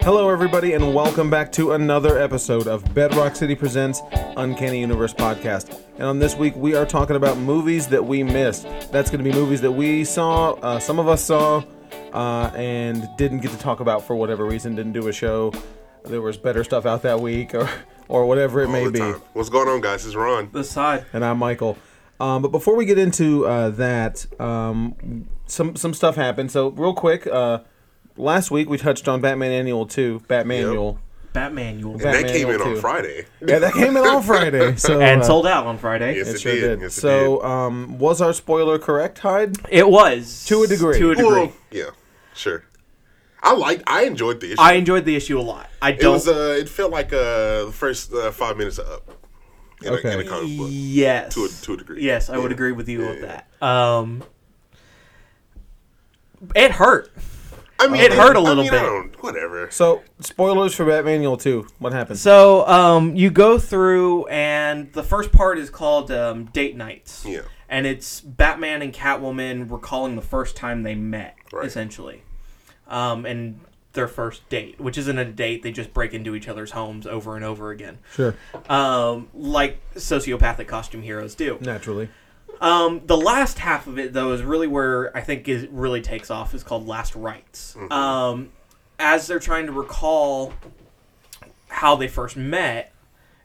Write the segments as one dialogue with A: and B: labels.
A: Hello, everybody, and welcome back to another episode of Bedrock City Presents Uncanny Universe Podcast. And on this week, we are talking about movies that we missed. That's going to be movies that we saw, uh, some of us saw, uh, and didn't get to talk about for whatever reason, didn't do a show. There was better stuff out that week, or, or whatever it may
B: all the
A: be.
B: time. What's going on, guys? It's Ron.
C: the side.
A: and I'm Michael. Um, but before we get into uh, that, um, some some stuff happened. So real quick, uh, last week we touched on Batman Annual Two, Batmanual.
C: Batman, you will
A: Bat-
B: that came in
A: Manual
B: on
A: too.
B: Friday.
A: Yeah, that came in on Friday. So
C: and
A: uh,
C: sold out on Friday.
B: Yes,
A: it
B: it,
A: sure
B: did.
A: did.
B: Yes, it
A: so um, was our spoiler correct, Hyde?
C: It was
A: To a degree.
C: To a
B: did.
C: degree.
B: Well, yeah, sure. I liked. I enjoyed the issue.
C: I enjoyed the issue a lot. I
B: it
C: don't.
B: was. Uh, it felt like uh, the first uh, five minutes of up. In
A: Okay.
B: A, in a comic book.
C: yes.
B: To a- to a degree.
C: Yes, I would
B: Yeah.
C: agree with you
B: Yeah,
C: with
B: yeah.
C: that. Um, it hurt.
B: I mean,
C: It hurt a little
B: I mean,
C: bit.
B: I don't, whatever.
A: So spoilers for Batmanual Two. What happened?
C: So um, you go through, and the first part is called um, date nights.
B: Yeah.
C: And it's Batman and Catwoman recalling the first time they met,
B: Right.
C: essentially, um, and their first date, which isn't a date. They just break into each other's homes over and over again,
A: sure,
C: um, like sociopathic costume heroes do.
A: naturally.
C: Um, the last half of it, though, is really where I think it really takes off. Is called Last Rites. Um, as they're trying to recall how they first met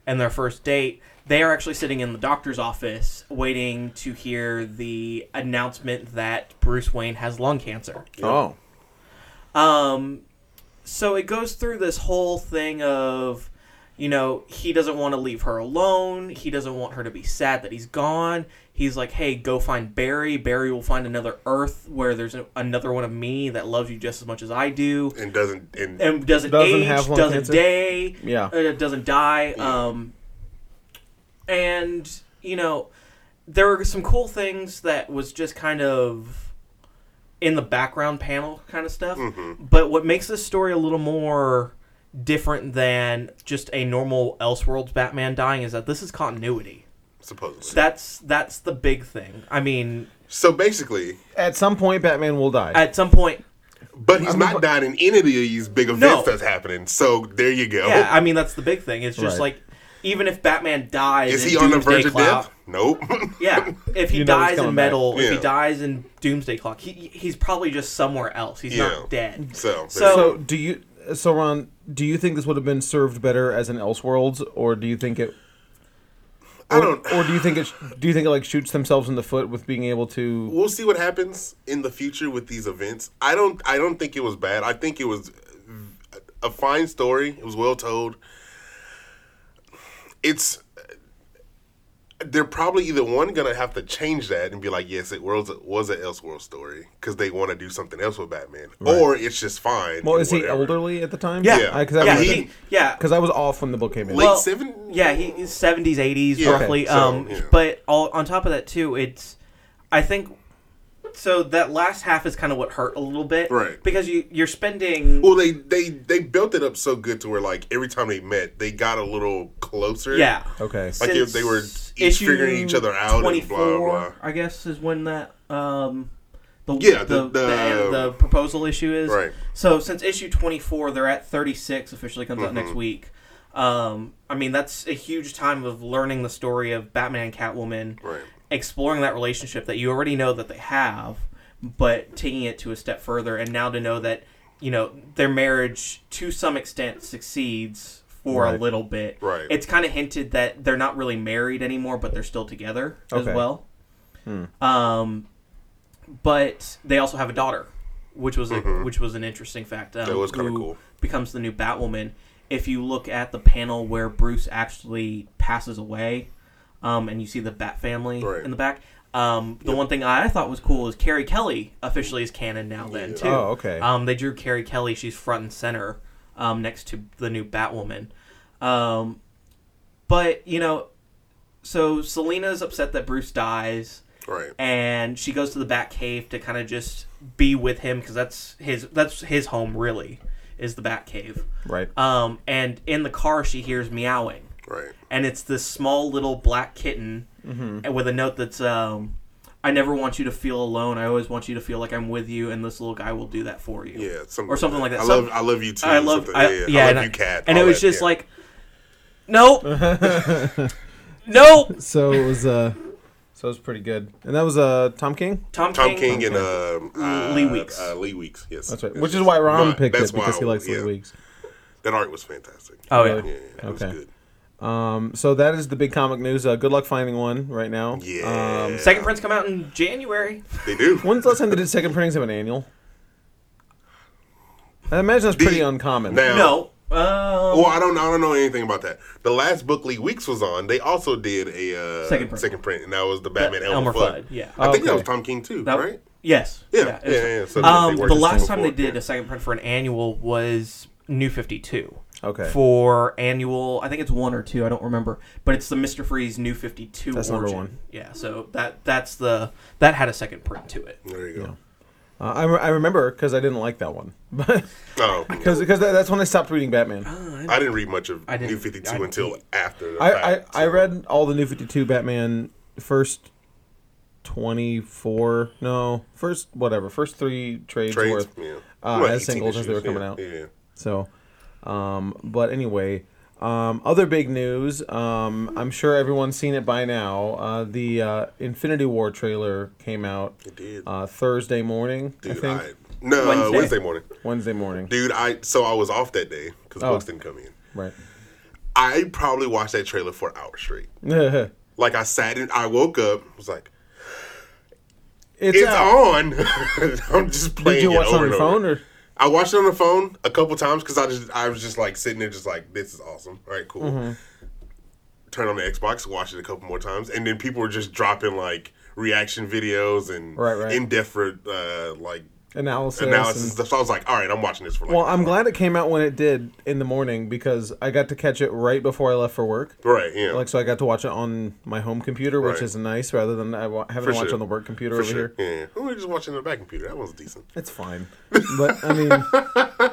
C: and their first date, they are actually sitting in the doctor's office waiting to hear the announcement that Bruce Wayne has lung cancer.
A: Oh,
C: Um, so it goes through this whole thing of, you know, he doesn't want to leave her alone. He doesn't want her to be sad that he's gone. He's like, hey, go find Barry. Barry will find another Earth where there's a- another one of me that loves you just as much as I do
B: And doesn't. And,
C: and doesn't,
A: Doesn't
C: age,
A: have lung
C: doesn't
A: cancer?
C: day,
A: Yeah.
C: uh, doesn't die. Um, and you know, there were some cool things that was just kind of in the background panel kind of stuff.
B: Mm-hmm.
C: But what makes this story a little more different than just a normal Elseworlds Batman dying is that this is continuity.
B: supposedly.
C: That's that's the big thing. I mean,
B: so basically,
A: at some point Batman will die.
C: at some point,
B: but he's not dying in any of these big events
C: No.
B: that's happening. So there you go.
C: yeah, I mean that's the big thing. It's just
A: Right.
C: like even if Batman dies,
B: Is
C: in
B: he on the
C: Doomsday
B: verge of
C: Clock-
B: death? Nope.
C: Yeah, if he
A: You know he's
C: dies
A: coming
C: in metal, if he
B: Yeah.
C: dies in Doomsday Clock, he he's probably just somewhere else. He's
B: Yeah.
C: not dead.
B: So,
C: So-
A: so do you? So Ron, do you think this would have been served better as an Elseworlds, or do you think it?
B: I don't.
A: Or do you think it? sh- Do you think it like shoots themselves in the foot with being able to?
B: we'll see what happens in the future with these events. I don't I don't think it was bad. I think it was a fine story. It was well told. It's they're probably either one gonna have to change that and be like, yes, it was was an Elseworld story because they want to do something else with Batman, or it's just fine.
A: Well,
B: and
A: is he
B: whatever.
A: elderly at the time? Uh,
C: Yeah.
B: Yeah.
A: because I,
C: yeah,
B: mean,
C: he,
B: he-
C: yeah,
A: because I was off when the book came in.
B: Late
C: Well,
B: seven?
C: yeah, he, he's seventies, eighties,
B: Yeah,
C: roughly.
B: so,
C: um,
B: yeah.
C: but all, on top of that too, it's I think so that last half is kind of what hurt a little bit,
B: Right.
C: Because you you're spending
B: Well, they they they built it up so good to where like every time they met, they got a little closer.
C: yeah.
A: okay,
B: Like, if they were
C: Since
B: each figuring each other out and blah,
C: 24,
B: blah.
C: I guess is when that um the
B: Yeah,
C: the,
B: the-
C: the, the,
B: the-
C: proposal issue is.
B: Right.
C: So since issue 24 they're at 36 officially comes out
B: Mm-hmm.
C: next week. Um I mean that's a huge time of learning the story of Batman and Catwoman.
B: Right.
C: Exploring that relationship that you already know that they have but taking it to a step further and now to know that you know their marriage to some extent succeeds for a
A: Right.
C: little bit
B: Right.
C: it's kind of hinted that they're not really married anymore, but they're still together
A: Okay.
C: as well. Um, but they also have a daughter, which was a, which was an interesting fact. Um,
B: Mm-hmm. That was kinda
C: who
B: cool.
C: Becomes the new Batwoman. If you look at the panel where Bruce actually passes away, um, and you see the Bat family
B: Right.
C: in the back. Um, the one thing I thought was cool is Carrie Kelly officially is canon now. Then too.
A: Oh, okay.
C: Um, they drew Carrie Kelly. She's front and center um, next to the new Batwoman. Um, but you know, so Selena's upset that Bruce dies,
B: Right.
C: and she goes to the Batcave to kind of just be with him because that's his that's his home really is the Batcave.
A: right.
C: Um, and in the car she hears meowing,
B: Right.
C: and it's this small little black kitten and with a note that's um, I never want you to feel alone. I always want you to feel like I'm with you, and this little guy will do that for you.
B: Yeah, something
C: or something like that.
B: I
C: Some-
B: love, I love you too.
C: I love,
B: something-
C: I,
B: yeah,
C: yeah,
B: I love
C: and
B: you,
C: I-
B: cat.
C: And
B: all
C: it was
B: that,
C: just
B: yeah.
C: like, no, no,
A: So it was uh, so it was pretty good, and that was uh Tom King.
C: Tom,
B: Tom
C: King.
B: King and um, uh,
C: Lee Weeks.
B: Uh, Lee Weeks, yes,
A: That's right. Which is why Ron
B: Right,
A: picked
B: that's
A: it because
B: why
A: he
B: I-
A: likes Lee
B: yeah.
A: Weeks.
B: That art was fantastic.
C: Oh
B: yeah,
C: yeah,
B: yeah, it was
A: Okay.
B: good.
A: Um, so that is the big comic news. Uh, good luck finding one right now.
B: Yeah.
A: Um,
C: second prints come out in January.
B: They do.
A: when's the last time they did second printings of an annual? I imagine that's pretty
B: The-
A: uncommon.
B: now,
C: No, um,
B: Well, I don't, I don't know anything about that. The last book Lee Weeks was on, they also did a uh,
C: Second print.
B: and that was the Batman
C: Elmer
B: Elmer,
C: Fudd,
B: Fudd.
C: yeah.
B: I think that was
A: Okay.
B: Tom King too,
C: that-
B: right?
C: Yes.
B: Yeah,
C: it was-
B: yeah, yeah, so they-
C: um,
B: they
C: the
B: worked this
C: last
B: thing
C: time they
B: before,
C: did a second print for an annual was New Fifty Two.
A: Okay.
C: For annual, I think it's one or two. I don't remember, but it's the Mister Freeze New Fifty Two.
A: That's number
C: origin.
A: one.
C: Yeah. So that that's the that had a second print to it.
B: There you go.
A: Uh, I, re- I remember because I didn't like that one, because
B: Oh,
A: because that, that's when I stopped reading Batman.
B: I didn't read much of
C: I didn't-
B: New
C: I
B: 52
C: didn't-
B: until after. The
A: I, I,
B: fact,
A: I
B: so-
A: read all the new 52 Batman first 24, no, first whatever, first three trades,
B: trades,
A: worth.
B: yeah.
A: uh,
B: Well,
A: as
B: 18
A: singles as they
B: issues,
A: were coming
B: yeah,
A: out.
B: Yeah.
A: So, um, but anyway, um, other big news. Um, I'm sure everyone's seen it by now. Uh, the uh, Infinity War trailer came out
B: It did.
A: uh, Thursday morning, I
B: Dude, I,
A: think,
B: no,
C: Wednesday.
B: Wednesday. morning.
A: Wednesday morning,
B: Dude, I so I was off that day because
A: Oh.
B: books didn't come in.
A: right?
B: I probably watched that trailer for an hour straight.
A: it's
B: Like I sat in, I woke up, was like, it's on. I'm just playing.
A: Did you
B: it
A: watch it
B: over
A: on your
B: and over.
A: phone or?
B: I watched it on the phone a couple times because I just I was just like sitting there, just like this is awesome. All right, cool.
A: Mm-hmm.
B: Turn on the Xbox, watch it a couple more times, and then people were just dropping like reaction videos and
A: Right, right.
B: in depth uh, like
A: Analysis.
B: analysis and
A: and-
B: stuff. So I was like, all right, I'm watching this for like
A: well, I'm glad it came out when it did in the morning because I got to catch it right before I left for work.
B: right, yeah,
A: Like, so I got to watch it on my home computer, which
B: Right.
A: is nice, rather than I wa- having
B: For
A: to watch
B: sure.
A: on the work computer
B: for
A: over here.
B: sure. Yeah, yeah. we were just watching it on the back computer. That was decent.
A: It's fine, but I mean,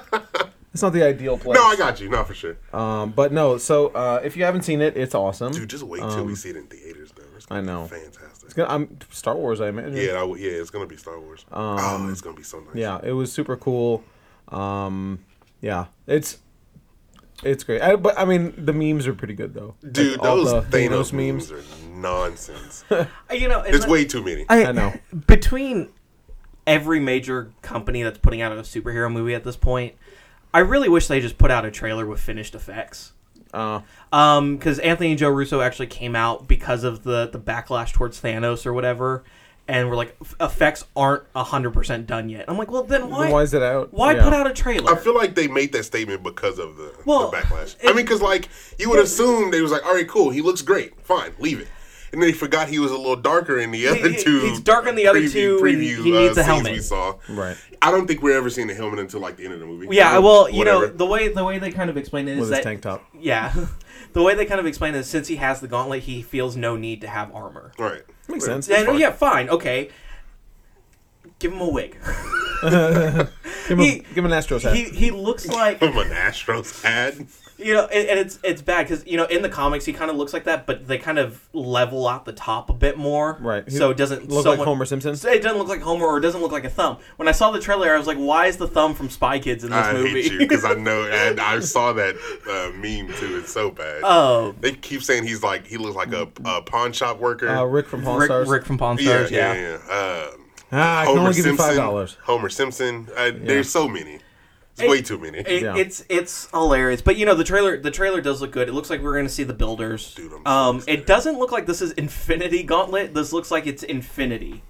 A: it's not the ideal place.
B: No, I got you. No, for sure.
A: Um, but no, so uh, if you haven't seen it, it's awesome.
B: Dude, just wait till we see it in theaters. Though. It's gonna
A: um, I know.
B: Be fantastic.
A: It's gonna- I'm Star Wars, I imagine.
B: yeah, I w yeah, it's gonna be Star Wars. oh, it's gonna be so nice.
A: Um, yeah, it was super cool. Um, yeah, it's it's great. I, but I mean, the memes are pretty good though. Like,
B: Dude,
A: all
B: those
A: the
B: Thanos, memes are nonsense.
C: Uh, You know, and
B: It's
C: let-
B: way too many.
A: I know.
C: Between every major company that's putting out a superhero movie at this point, I really wish they just put out a trailer with finished effects.
A: Uh,
C: because Um, Anthony and Joe Russo actually came out because of the the backlash towards Thanos or whatever, and we're like "F- effects aren't hundred percent done yet. I'm like, well then why
A: why is it out?
C: why
A: Yeah.
C: put out a trailer?
B: I feel like they made that statement because of the,
C: Well,
B: the backlash. I
C: it-
B: mean, because like you would assume they was like, all right, cool, he looks great, fine, leave it. And then he forgot he was a little darker in the other
C: he-
B: two. uh,
C: he's dark in the other two, and he needs a
B: scenes
C: helmet.
B: We saw.
A: Right.
B: I don't think we're ever seeing the helmet until like the end of the movie.
C: yeah, well, you know
B: Whatever.
C: the way the way they kind of explain it is
A: with his
C: that
A: tank top?
C: yeah, the way they kind of explain it is since he has the gauntlet, he feels no need to have armor.
B: All right.
A: Makes sense.
C: And oh, yeah, fine, okay, give him a wig.
A: Give him,
C: He-
A: a, give him an Astros hat.
C: he he looks like
B: From an Astros ad.
C: You know, and, and it's it's bad because you know in the comics he kind of looks like that, but they kind of level out the top a bit more,
A: Right.
C: So
A: He
C: it doesn't
A: look
C: so
A: like
C: when-
A: Homer Simpson.
C: so It doesn't look like Homer, or it doesn't look like a thumb. When I saw the trailer, I was like, "Why is the thumb from Spy Kids in this
B: I
C: movie?"
B: hate you because I know, and I saw that uh, meme too. It's so bad.
C: Oh.
B: they keep saying he's like he looks like a, a pawn shop worker.
A: Uh, Rick from Pawn
C: Rick,
A: Stars.
C: Rick from Pawn
B: yeah,
C: Stars, yeah.
B: yeah, yeah. Um,
A: Ah, I can only give you five dollars.
B: Homer Simpson. Uh, There's so many. It's
C: It-
B: way too many.
C: It,
A: Yeah.
C: It's it's hilarious, but you know the trailer the trailer does look good. It looks like we're gonna see the builders.
B: Dude, I'm so
C: um,
B: excited.
C: it doesn't look like this is Infinity Gauntlet. This looks like it's Infinity.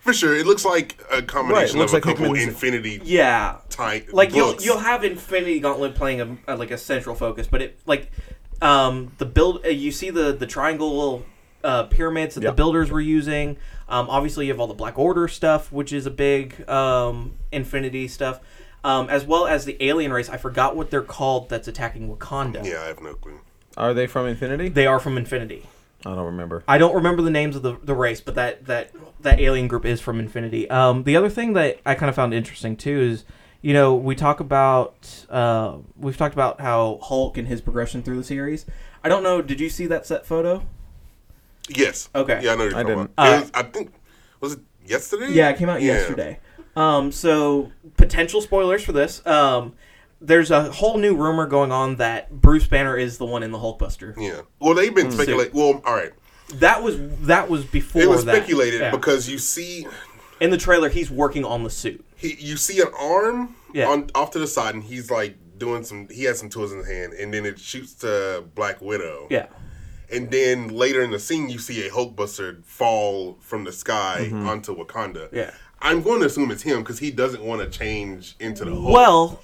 B: For sure, it looks like a combination
A: looks
B: of a
A: like
B: couple
A: Hickman's-
B: Infinity
C: Yeah,
B: type
C: like you'll
B: books.
C: you'll have Infinity Gauntlet playing a, a- like a central focus, but it like um the build uh, you see the the triangle uh, pyramids that
A: Yeah.
C: the builders were using. Um, obviously, you have all the Black Order stuff, which is a big um, Infinity stuff, um, as well as the alien race. I forgot what they're called. That's attacking Wakanda.
B: yeah, I have no clue.
A: Are they from Infinity?
C: They are from Infinity.
A: I don't remember.
C: I don't remember the names of the, the race, but that, that that alien group is from Infinity. Um, the other thing that I kind of found interesting too is, you know, we talk about uh, we've talked about how Hulk and his progression through the series. I don't know. Did you see that set photo?
B: Yes.
C: Okay.
B: Yeah, I know. What you're
A: I
B: talking
A: didn't.
B: About. It
C: Uh,
B: was- I think Was it yesterday?
C: Yeah, it came out
B: Yeah.
C: yesterday. Um, so potential spoilers for this. Um, there's a whole new rumor going on that Bruce Banner is the one in the Hulkbuster.
B: Yeah. Well, they've
C: Hmm.
B: been speculating. Well, all right.
C: That was that was before
B: It was
C: that.
B: speculated
C: Yeah.
B: because you see,
C: in the trailer he's working on the suit.
B: he, you see an arm
C: Yeah.
B: on off to the side, and he's like doing some. He has some tools in his hand, and then it shoots to Black Widow.
C: Yeah.
B: And then later in the scene, you see a Hulkbuster fall from the sky onto Wakanda.
C: Mm-hmm. Yeah.
B: I'm going to assume it's him because he doesn't want to change into the Hulk.
C: Well,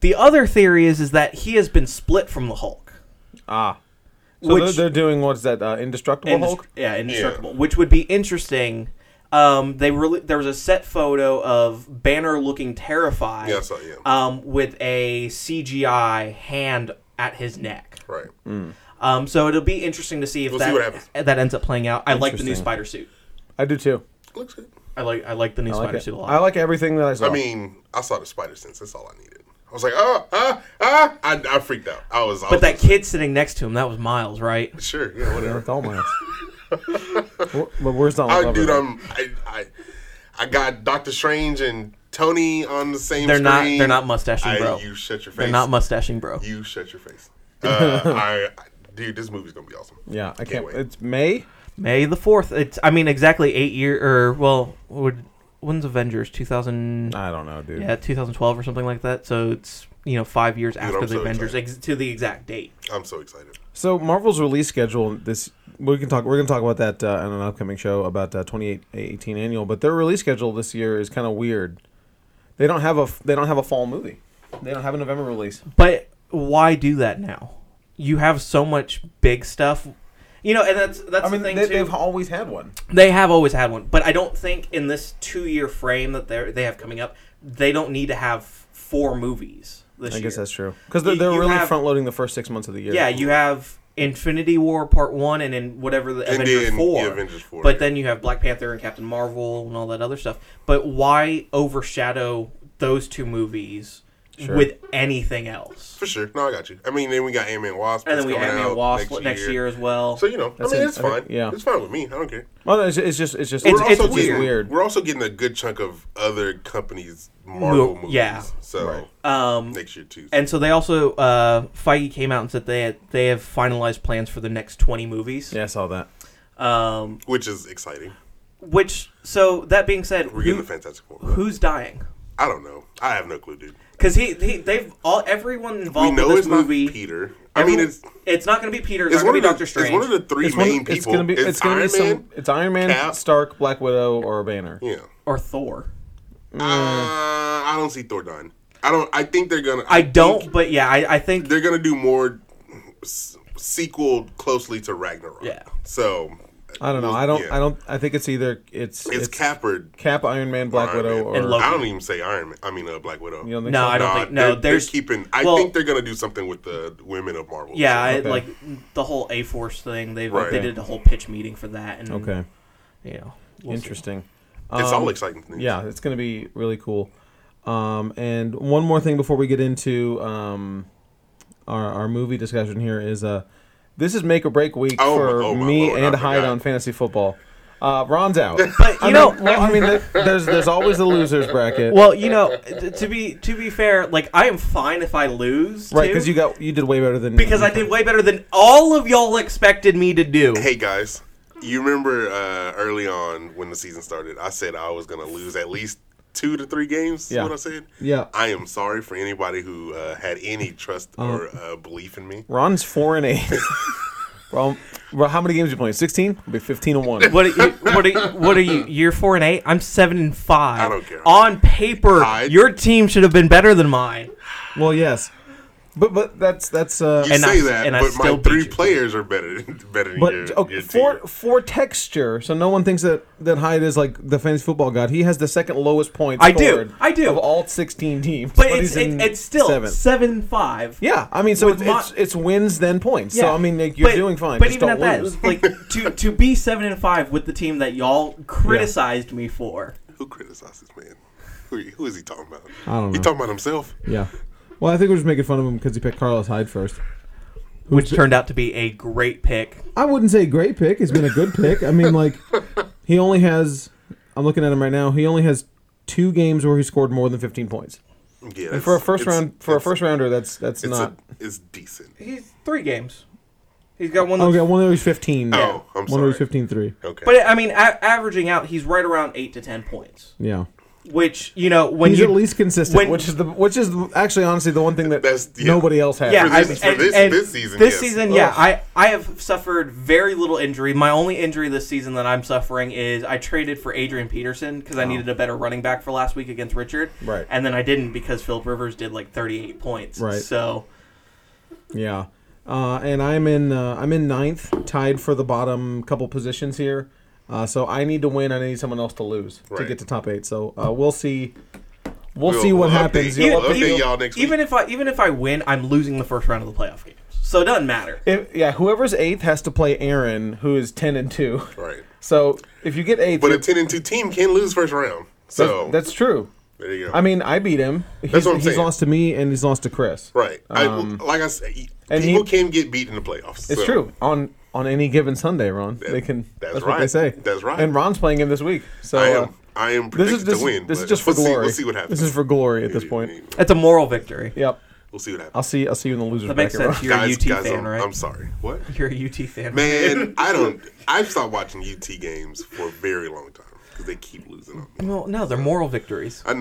C: the other theory is is that he has been split from the Hulk.
A: Ah. So
C: Which-
A: they're, they're doing what's that? Uh, Indestructible
C: Indest-
A: Hulk.
C: Yeah, indestructible, which would be interesting. Um, they really there was a set photo of Banner looking terrified.
B: Yeah, I saw, yeah.
C: Um, with a CGI hand at his neck.
B: right.
C: Um, so it'll be interesting to see if
B: We'll see what
C: that
B: happens.
C: that ends up playing out. I like the new
A: Interesting.
C: spider suit.
A: I do too.
B: Looks good.
C: I like I like the new
A: I
C: spider
A: like, it.
C: suit a lot.
A: I like everything that I saw.
B: I mean, I saw the spider sense. That's all I needed. I was like, oh, ah, ah. I, I freaked out. I was. I
C: but
B: was
C: that kid sitting next to him, that was Miles, right?
B: Sure. Yeah. Whatever.
A: With all my but where's Donald
B: I,
A: Glover?
B: dude,
A: though?
B: I'm. I, I, I got Doctor Strange and Tony on the same.
C: They're not
B: screen.
C: they're not mustaching,
B: I,
C: bro.
B: You shut your face.
C: They're not mustaching, bro.
B: You shut your face. Uh, I, I, dude, this movie's gonna be awesome.
A: Yeah, I can't.
B: wait.
A: It's May.
C: May the fourth. It's I mean exactly eight year or well would when's Avengers two thousand
A: I don't know, dude.
C: yeah two thousand twelve or something like that. So it's you know five years after
B: I'm
C: the
B: so
C: Avengers ex- to the exact date.
B: I'm so excited.
A: So Marvel's release schedule. This we can talk. We're going to talk about that uh, on an upcoming show about uh, 2018 annual. But their release schedule this year is kind of weird. They don't have a. f- They don't have a fall movie. They don't have a November release.
C: But why do that now? You have so much big stuff. You know, and that's that's
A: I mean,
C: the thing
A: they,
C: too.
A: they've always had one.
C: They have always had one, but I don't think in this two-year frame that they they have coming up, they don't need to have four movies this
A: I
C: year.
A: guess that's true because they're,
C: You-
A: they're
C: you
A: really
C: have-
A: front loading the first six months of the year.
C: yeah, you have Infinity War Part One, and in whatever the
B: And
C: Avengers
B: then,
C: Four.
B: yeah, Avengers 4,
C: But
B: yeah.
C: then you have Black Panther and Captain Marvel and all that other stuff. But why overshadow those two movies
A: Sure.
C: with anything else?
B: For sure. No, I got you. I mean, then we got Ant Man Wasp.
C: And
B: that's
C: then we
B: coming
C: have Man
B: out
C: Wasp next, year. as well.
B: So you know,
A: That's
B: I mean,
A: it.
B: it's
A: I think-
B: fine.
A: yeah.
B: it's fine with me. I don't care.
A: Well, it's, it's just. It's just.
C: It's- it's
B: also
A: just
B: getting,
A: weird.
B: We're also getting a good chunk of other companies' Marvel
C: Well,
B: movies.
C: yeah.
B: So
C: um,
B: next year too.
C: and so they also uh, Feige came out and said they had, they have finalized plans for the next twenty movies.
A: Yeah, I saw that.
C: Um,
B: which is exciting.
C: which so that being said,
B: We're getting
C: who-
B: the Fantastic Four.
C: who's dying?
B: I don't know. I have no clue, dude.
C: Because he, he they've all everyone
B: We
C: involved in
B: know
C: this
B: it's
C: movie.
B: not Peter. I mean,
C: everyone-
B: it's
C: it's not going to be Peter. It's,
B: it's
C: not
B: one of
C: going to
B: the
C: be Doctor Strange.
B: it's one of the three
A: It's, one-
B: main people.
A: it's gonna be. It's, gonna
B: Iron
A: be some.
B: Man.
A: It's Iron Man,
B: Cap.
A: Stark, Black Widow, or Banner.
B: Yeah.
C: or Thor.
A: Mm.
B: Uh, I don't see Thor done. I don't. I think they're gonna.
C: I
B: think
C: don't, but yeah, I, I think
B: They're gonna do more s- sequel closely to Ragnarok.
C: Yeah.
B: So
A: I don't know. I don't.
B: yeah.
A: I don't. I think it's either it's
B: It's, Cappered.
A: Cap, Iron Man, Black
B: Iron
A: Widow,
B: Man.
A: or
C: And Loki.
B: I don't even say Iron Man. I mean, uh, Black Widow.
A: you don't think
C: No,
A: so?
C: I don't
B: Nah,
C: think- no,
B: they're- they're
C: there's-
B: keeping. I
C: well-
B: think they're gonna do something with the women of Marvel.
C: yeah, I,
A: Okay.
C: like the whole A Force thing. They
B: Right.
C: they did a whole pitch meeting for that, and
A: Okay,
C: you know, we'll see.
A: interesting.
B: So it's
A: Um,
B: all exciting things.
A: Yeah, it's going to be really cool. Um, and one more thing before we get into um, our, our movie discussion here is uh, this is make or break week
B: Oh my-
A: for
B: oh my
A: me
B: Lord, I
A: and
B: forgot.
A: Hyde on fantasy football. Uh, Ron's out.
C: But you
A: I
C: know,
A: mean, well, I mean, there- there's there's always the losers bracket,
C: well, you know, t- to be to be fair, like I am fine if I lose,
A: right?
C: too,
A: Because you got you did way better than
C: because I did way better than all of y'all expected me to do.
B: Hey guys, you remember uh, early on when the season started? I said I was gonna lose at least two to three games. is
A: Yeah.
B: What I said.
A: Yeah.
B: I am sorry for anybody who uh, had any trust
A: Um,
B: or uh, belief in me.
A: Ron's four and eight. Ron, Ron, how many games you playing? Sixteen? Be fifteen and one.
C: What are you, what are you, what are you? You're four and eight. I'm seven and five.
B: I don't care.
C: On paper,
B: Tied.
C: your team should have been better than mine.
A: Well, yes, but but that's that's uh,
B: You
C: And
B: say
C: I-
B: that,
C: and I
B: but my
C: still beat
B: three
C: you.
B: players are better better than
A: But
B: your,
A: okay,
B: your
A: for
B: team.
A: for texture, so no one thinks that that Hyde is like the fantasy football god. He has the second lowest points.
C: I do,
A: scored
C: I do.
A: Of all sixteen teams,
C: But, it's
A: he's
C: it,
A: in
C: it's still
A: seventh.
C: seven and five.
A: Yeah, I mean, so
C: With
A: it's,
C: my-
A: it's it's wins then points. So
C: Yeah.
A: I mean, like, you're
C: But-
A: doing fine.
C: But
A: just
C: even
A: don't
C: at
A: lose.
C: that, like to to be seven and five with the team that y'all criticized me for.
B: Who criticizes this man? Who, who is he talking about?
A: I don't
B: He
A: know.
B: talking about himself?
A: yeah. Well, I think we're just making fun of him because he picked Carlos Hyde first.
C: Which turned out to be a great pick.
A: I wouldn't say great pick. He's been a good pick. I mean, like he only has I'm looking at him right now. He only has two games where he scored more than 15 points.
B: Yeah,
A: And for a
B: it's-
A: first
B: it's-
A: round for a
B: it's-
A: first rounder, that's that's
B: it's
A: not.
B: a, it's decent.
C: He's three games. He's got one.
A: Oh,
C: that's-
A: okay, one of those 15.
B: Oh, I'm
A: one of those
B: sorry.
A: 15 3.
B: Okay,
C: But I mean, a- averaging out, he's right around eight to ten points.
A: Yeah.
C: Which you know, when
A: He's
C: you
A: at least consistent,
C: when-
A: which is the which is actually honestly the one thing that
B: That's- yeah.
A: nobody else has.
C: yeah,
B: For this-
C: I-
B: for this- this season,
C: This
B: yes.
C: season, yeah,
A: Ugh.
C: I I have suffered very little injury. My only injury this season that I'm suffering is I traded for Adrian Peterson because I
B: Oh.
C: needed a better running back for last week against Richard.
A: Right.
C: and then I didn't because Philip Rivers did like 38 points.
A: Right.
C: so
A: Yeah, uh, and I'm in uh, I'm in ninth, tied for the bottom couple positions here. Uh, so I need to win. I need someone else to lose to
B: Right.
A: get to top eight. So uh, we'll see. We'll,
B: We'll-
A: see what
B: we'll
A: happens.
B: update you.
A: You'll
B: We'll
A: update-
B: update Oh, y'all next week.
C: even if I even if I win, I'm losing the first round of the playoff games. So it doesn't matter.
A: if- yeah, whoever's eighth has to play Aaron, who is ten and two.
B: right.
A: So if you get eighth,
B: But a
A: you're-
B: ten and two team can lose first round.
A: that's,
B: So
A: that's true.
B: there you go.
A: I mean, I beat him. He's,
B: what I'm
A: he's
B: saying.
A: lost to me and he's lost to Chris.
B: right. I, like I said,
A: Um,
B: e,
A: and
B: people
A: he-
B: can get beat in the playoffs.
A: It's
B: so-
A: true on on any given Sunday, Ron. they can.
B: that's
A: That's, what they
B: right.
A: say.
B: That's right.
A: And Ron's playing him this week. So
B: I
A: uh,
B: am. I am
A: This
B: predicted
A: is this,
B: to win.
A: this is
B: but
A: just for
B: we'll see-
A: glory.
B: we'll see what happens.
A: This is for glory at this point.
C: It's a moral victory.
A: Yep.
B: We'll see what happens.
A: I'll see. I'll see you in the losers
C: That makes
A: bracket.
C: sense.
A: Ron.
C: You're a
B: guys,
C: UT
B: guys,
C: fan,
B: I'm,
C: right?
B: I'm sorry. What?
C: You're a UT fan, right?
B: Man, I don't. I've stopped watching UT games for a very long time because they keep losing on me.
C: Well, no, they're moral victories.
B: I,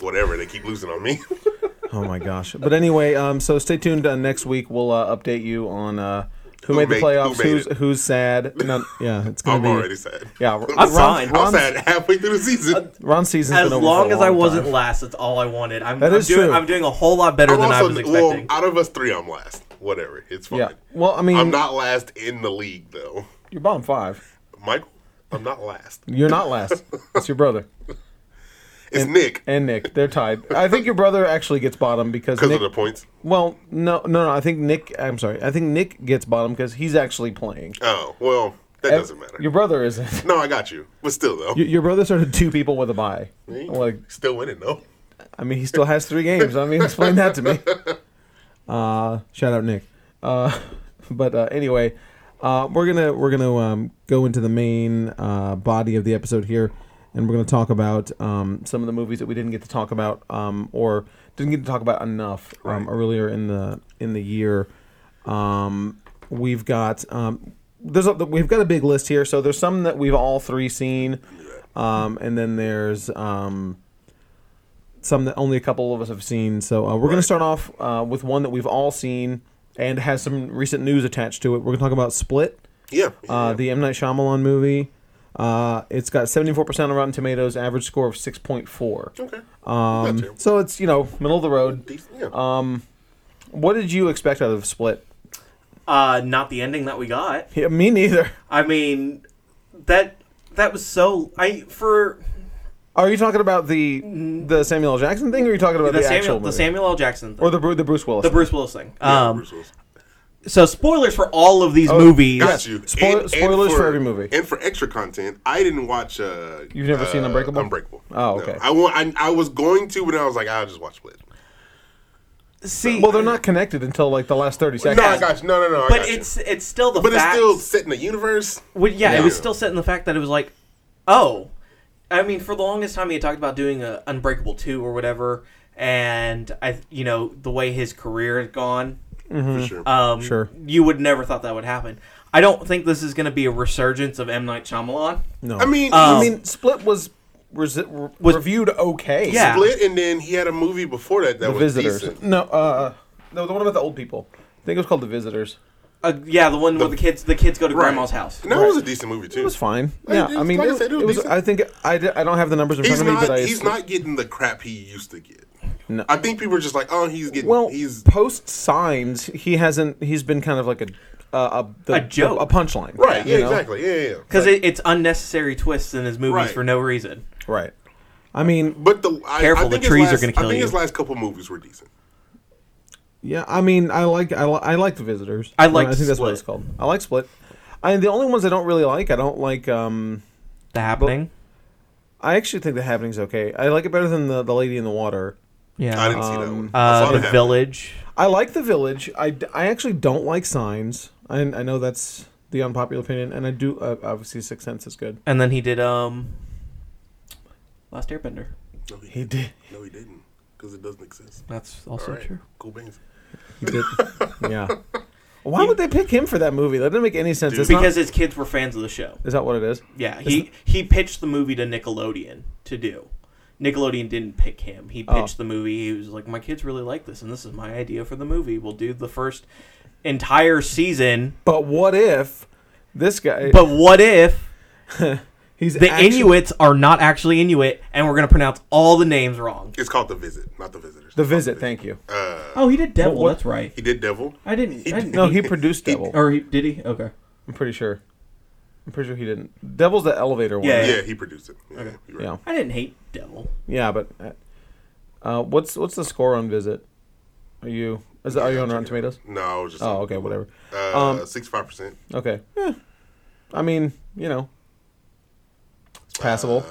B: whatever, they keep losing on me.
A: Oh my gosh. But anyway, um, so stay tuned. Uh, next week we'll uh, update you on uh, who,
B: Who
A: made the
B: made- who
A: playoffs.
B: made
A: who's
B: it.
A: who's sad. No, yeah, it's gonna
B: I'm
A: be.
B: already sad.
A: Mm-hmm. Yeah,
C: I'm
A: Ron's,
C: fine.
B: I'm
A: Ron's,
B: sad halfway through the
A: Uh,
B: season.
A: Ron's season's
C: As
A: been over for
C: long
A: a
C: as I
A: long
C: wasn't
A: time.
C: last, that's all I wanted. I'm,
A: That
C: I'm
A: is
C: doing,
A: true.
C: I'm doing a whole lot better
B: I'm
C: than I
B: also
C: was
B: well,
C: expecting.
B: out of us three, I'm last. Whatever, it's fine.
A: Yeah. Well, I mean,
B: I'm not last in the league though.
A: you're bottom five.
B: Michael, I'm not last.
A: You're not last. it's your brother
B: It's Nick
A: and Nick. They're tied. I think your brother actually gets bottom because
B: because
A: Nick.
B: of the points.
A: Well, no, no, no. I think Nick. I'm sorry. I think Nick gets bottom because he's actually playing.
B: Oh well, that doesn't matter.
A: Your brother isn't.
B: No, I got you. But still though,
A: Your, your brother started two people with a bye.
B: Me?
A: Like,
B: still winning though.
A: I mean, he still has three games. I mean, explain that to me. Uh, shout out Nick. Uh, but uh, anyway, uh, we're gonna we're gonna um, go into the main uh, body of the episode here, and we're gonna talk about um, some of the movies that we didn't get to talk about um, or didn't get to talk about enough um, earlier in the in the year. Um, we've got um, there's a, we've got a big list here. So there's some that we've all three seen, um, and then there's um, some that only a couple of us have seen. So uh, we're going to
B: Right.
A: start off uh, with one that we've all seen and has some recent news attached to it. We're going to talk about Split,
B: Yeah.
A: uh, the M Night Shyamalan movie. Uh, it's got 74% on Rotten Tomatoes, average score of 6.4.
B: okay. Not
A: Um,
B: terrible.
A: so it's you know middle of the road.
B: Decent, yeah.
A: What did you expect out of Split?
C: uh, not the ending that we got.
A: Yeah, me neither.
C: I mean, that that was so. I for
A: Are you talking about the the Samuel L. Jackson thing, or are you talking about
C: the,
A: the, actual
C: Samuel
A: movie?
C: the Samuel L. Jackson thing,
A: or the Bru- the Bruce Willis?
C: the Bruce Willis thing.
B: Yeah,
C: Um,
B: Bruce Willis.
C: so spoilers for all of these movies.
B: Got
A: Oh, Yes.
B: you.
A: Spoil- spoilers for every movie.
B: And for extra content, I didn't watch. Uh,
A: You've never
B: uh,
A: seen Unbreakable?
B: Unbreakable.
A: Oh,
B: No.
A: okay.
B: I, wa- I I was going to, but then I was like, I'll just watch Split.
C: See,
A: Well, they're not connected until like the last thirty seconds.
B: No, I got you. No, no, no. I
C: but
B: got you.
C: it's it's still the
B: but it's
C: fact.
B: still set in the universe.
C: Well, yeah,
B: Yeah.
C: it was still set in the fact that it was like, oh, I mean, for the longest time he had talked about doing a Unbreakable two or whatever, and I, you know, the way his career had gone,
A: Mm-hmm.
B: For sure.
C: um,
A: Sure.
C: you would never thought that would happen. I don't think this is going to be a resurgence of M Night Shyamalan.
A: No.
B: I mean,
A: I
C: Um,
A: mean, Split was, resi- re-
C: Was-
A: reviewed okay.
C: Yeah.
B: Split, and then he had a movie before that that
A: The
B: was
A: Visitors.
B: decent.
A: No, uh, no, the one about the old people. I think it was called The Visitors.
C: Uh, yeah, the one where the kids the kids go to grandma's house.
B: And that was a decent movie too.
A: It was fine.
B: Like,
A: yeah,
B: it-
A: I mean,
B: like I
A: it,
B: said, it was
A: it was.
B: decent.
A: I think I, di- I don't have the numbers in
B: He's
A: front of me,
B: not.
A: but I.
B: He's not getting the crap he used to get.
A: No.
B: I think people are just like, oh, he's getting.
A: Well,
B: he's
A: post signs, he hasn't. He's been kind of like a uh, a, the-
C: A joke.
A: a, punchline.
B: right. Yeah,
A: you know?
B: exactly. Yeah, yeah, yeah.
C: Because it, it's unnecessary twists in his movies
B: Right.
C: for no reason.
A: Right. I mean,
B: But the I,
C: Careful,
B: I
C: the
B: think his
C: trees are
B: last-
C: gonna
B: I
C: kill
B: think
C: you.
B: his last couple movies were decent.
A: Yeah, I mean, I like I, li- I like the visitors.
C: I liked
A: I think that's what it's
C: Split.
A: called. I like Split. I the only ones I don't really like. I don't like. um
C: The happening.
A: I actually think the happening's okay. I like it better than the the lady in the water.
C: yeah.
B: I didn't see
A: Um,
B: that one. I saw
C: uh,
B: it
C: the
B: happen.
C: village.
A: I like the village. I, d- I actually don't like signs. I I know that's the unpopular opinion, and I do uh, obviously Sixth Sense is good.
C: And then he did um Last Airbender.
B: No, he,
A: He did.
B: no, he didn't, because it doesn't exist.
C: That's
B: All
C: also
B: right,
C: true.
B: cool beans.
A: He did. yeah. Why would they pick him for that movie? That doesn't make any sense. It's not-
C: Because his kids were fans of the show.
A: is that what it is?
C: Yeah, he he pitched the movie to Nickelodeon to do. Nickelodeon didn't pick him. He pitched the movie. He was like, "My kids really like this, and this is my idea for the movie. We'll do the first entire season."
A: But what if this guy?
C: But what if
A: he's
C: the
A: actually-
C: Inuits are not actually Inuit, and we're gonna pronounce all the names wrong?
B: It's called the visit, not the visitors.
A: The visit. Thank you.
C: Oh, he did Devil.
A: What- what-
C: That's right.
B: He did devil.
C: I didn't. I didn't
A: No, he produced Devil.
C: or he, did he? Okay.
A: I'm pretty sure. I'm pretty sure he didn't. Devil's the elevator one.
C: Yeah,
A: right?
B: Yeah, he produced it. Yeah, you're right.
A: Yeah.
C: I didn't hate Devil.
A: Yeah, but uh, uh, what's what's the score on Visit? Are you is that, are you on Rotten Tomatoes?
B: No, I was just.
A: Oh, okay, Um, whatever.
B: Uh, sixty-five percent.
A: Okay. Eh. I mean, you know, it's passable.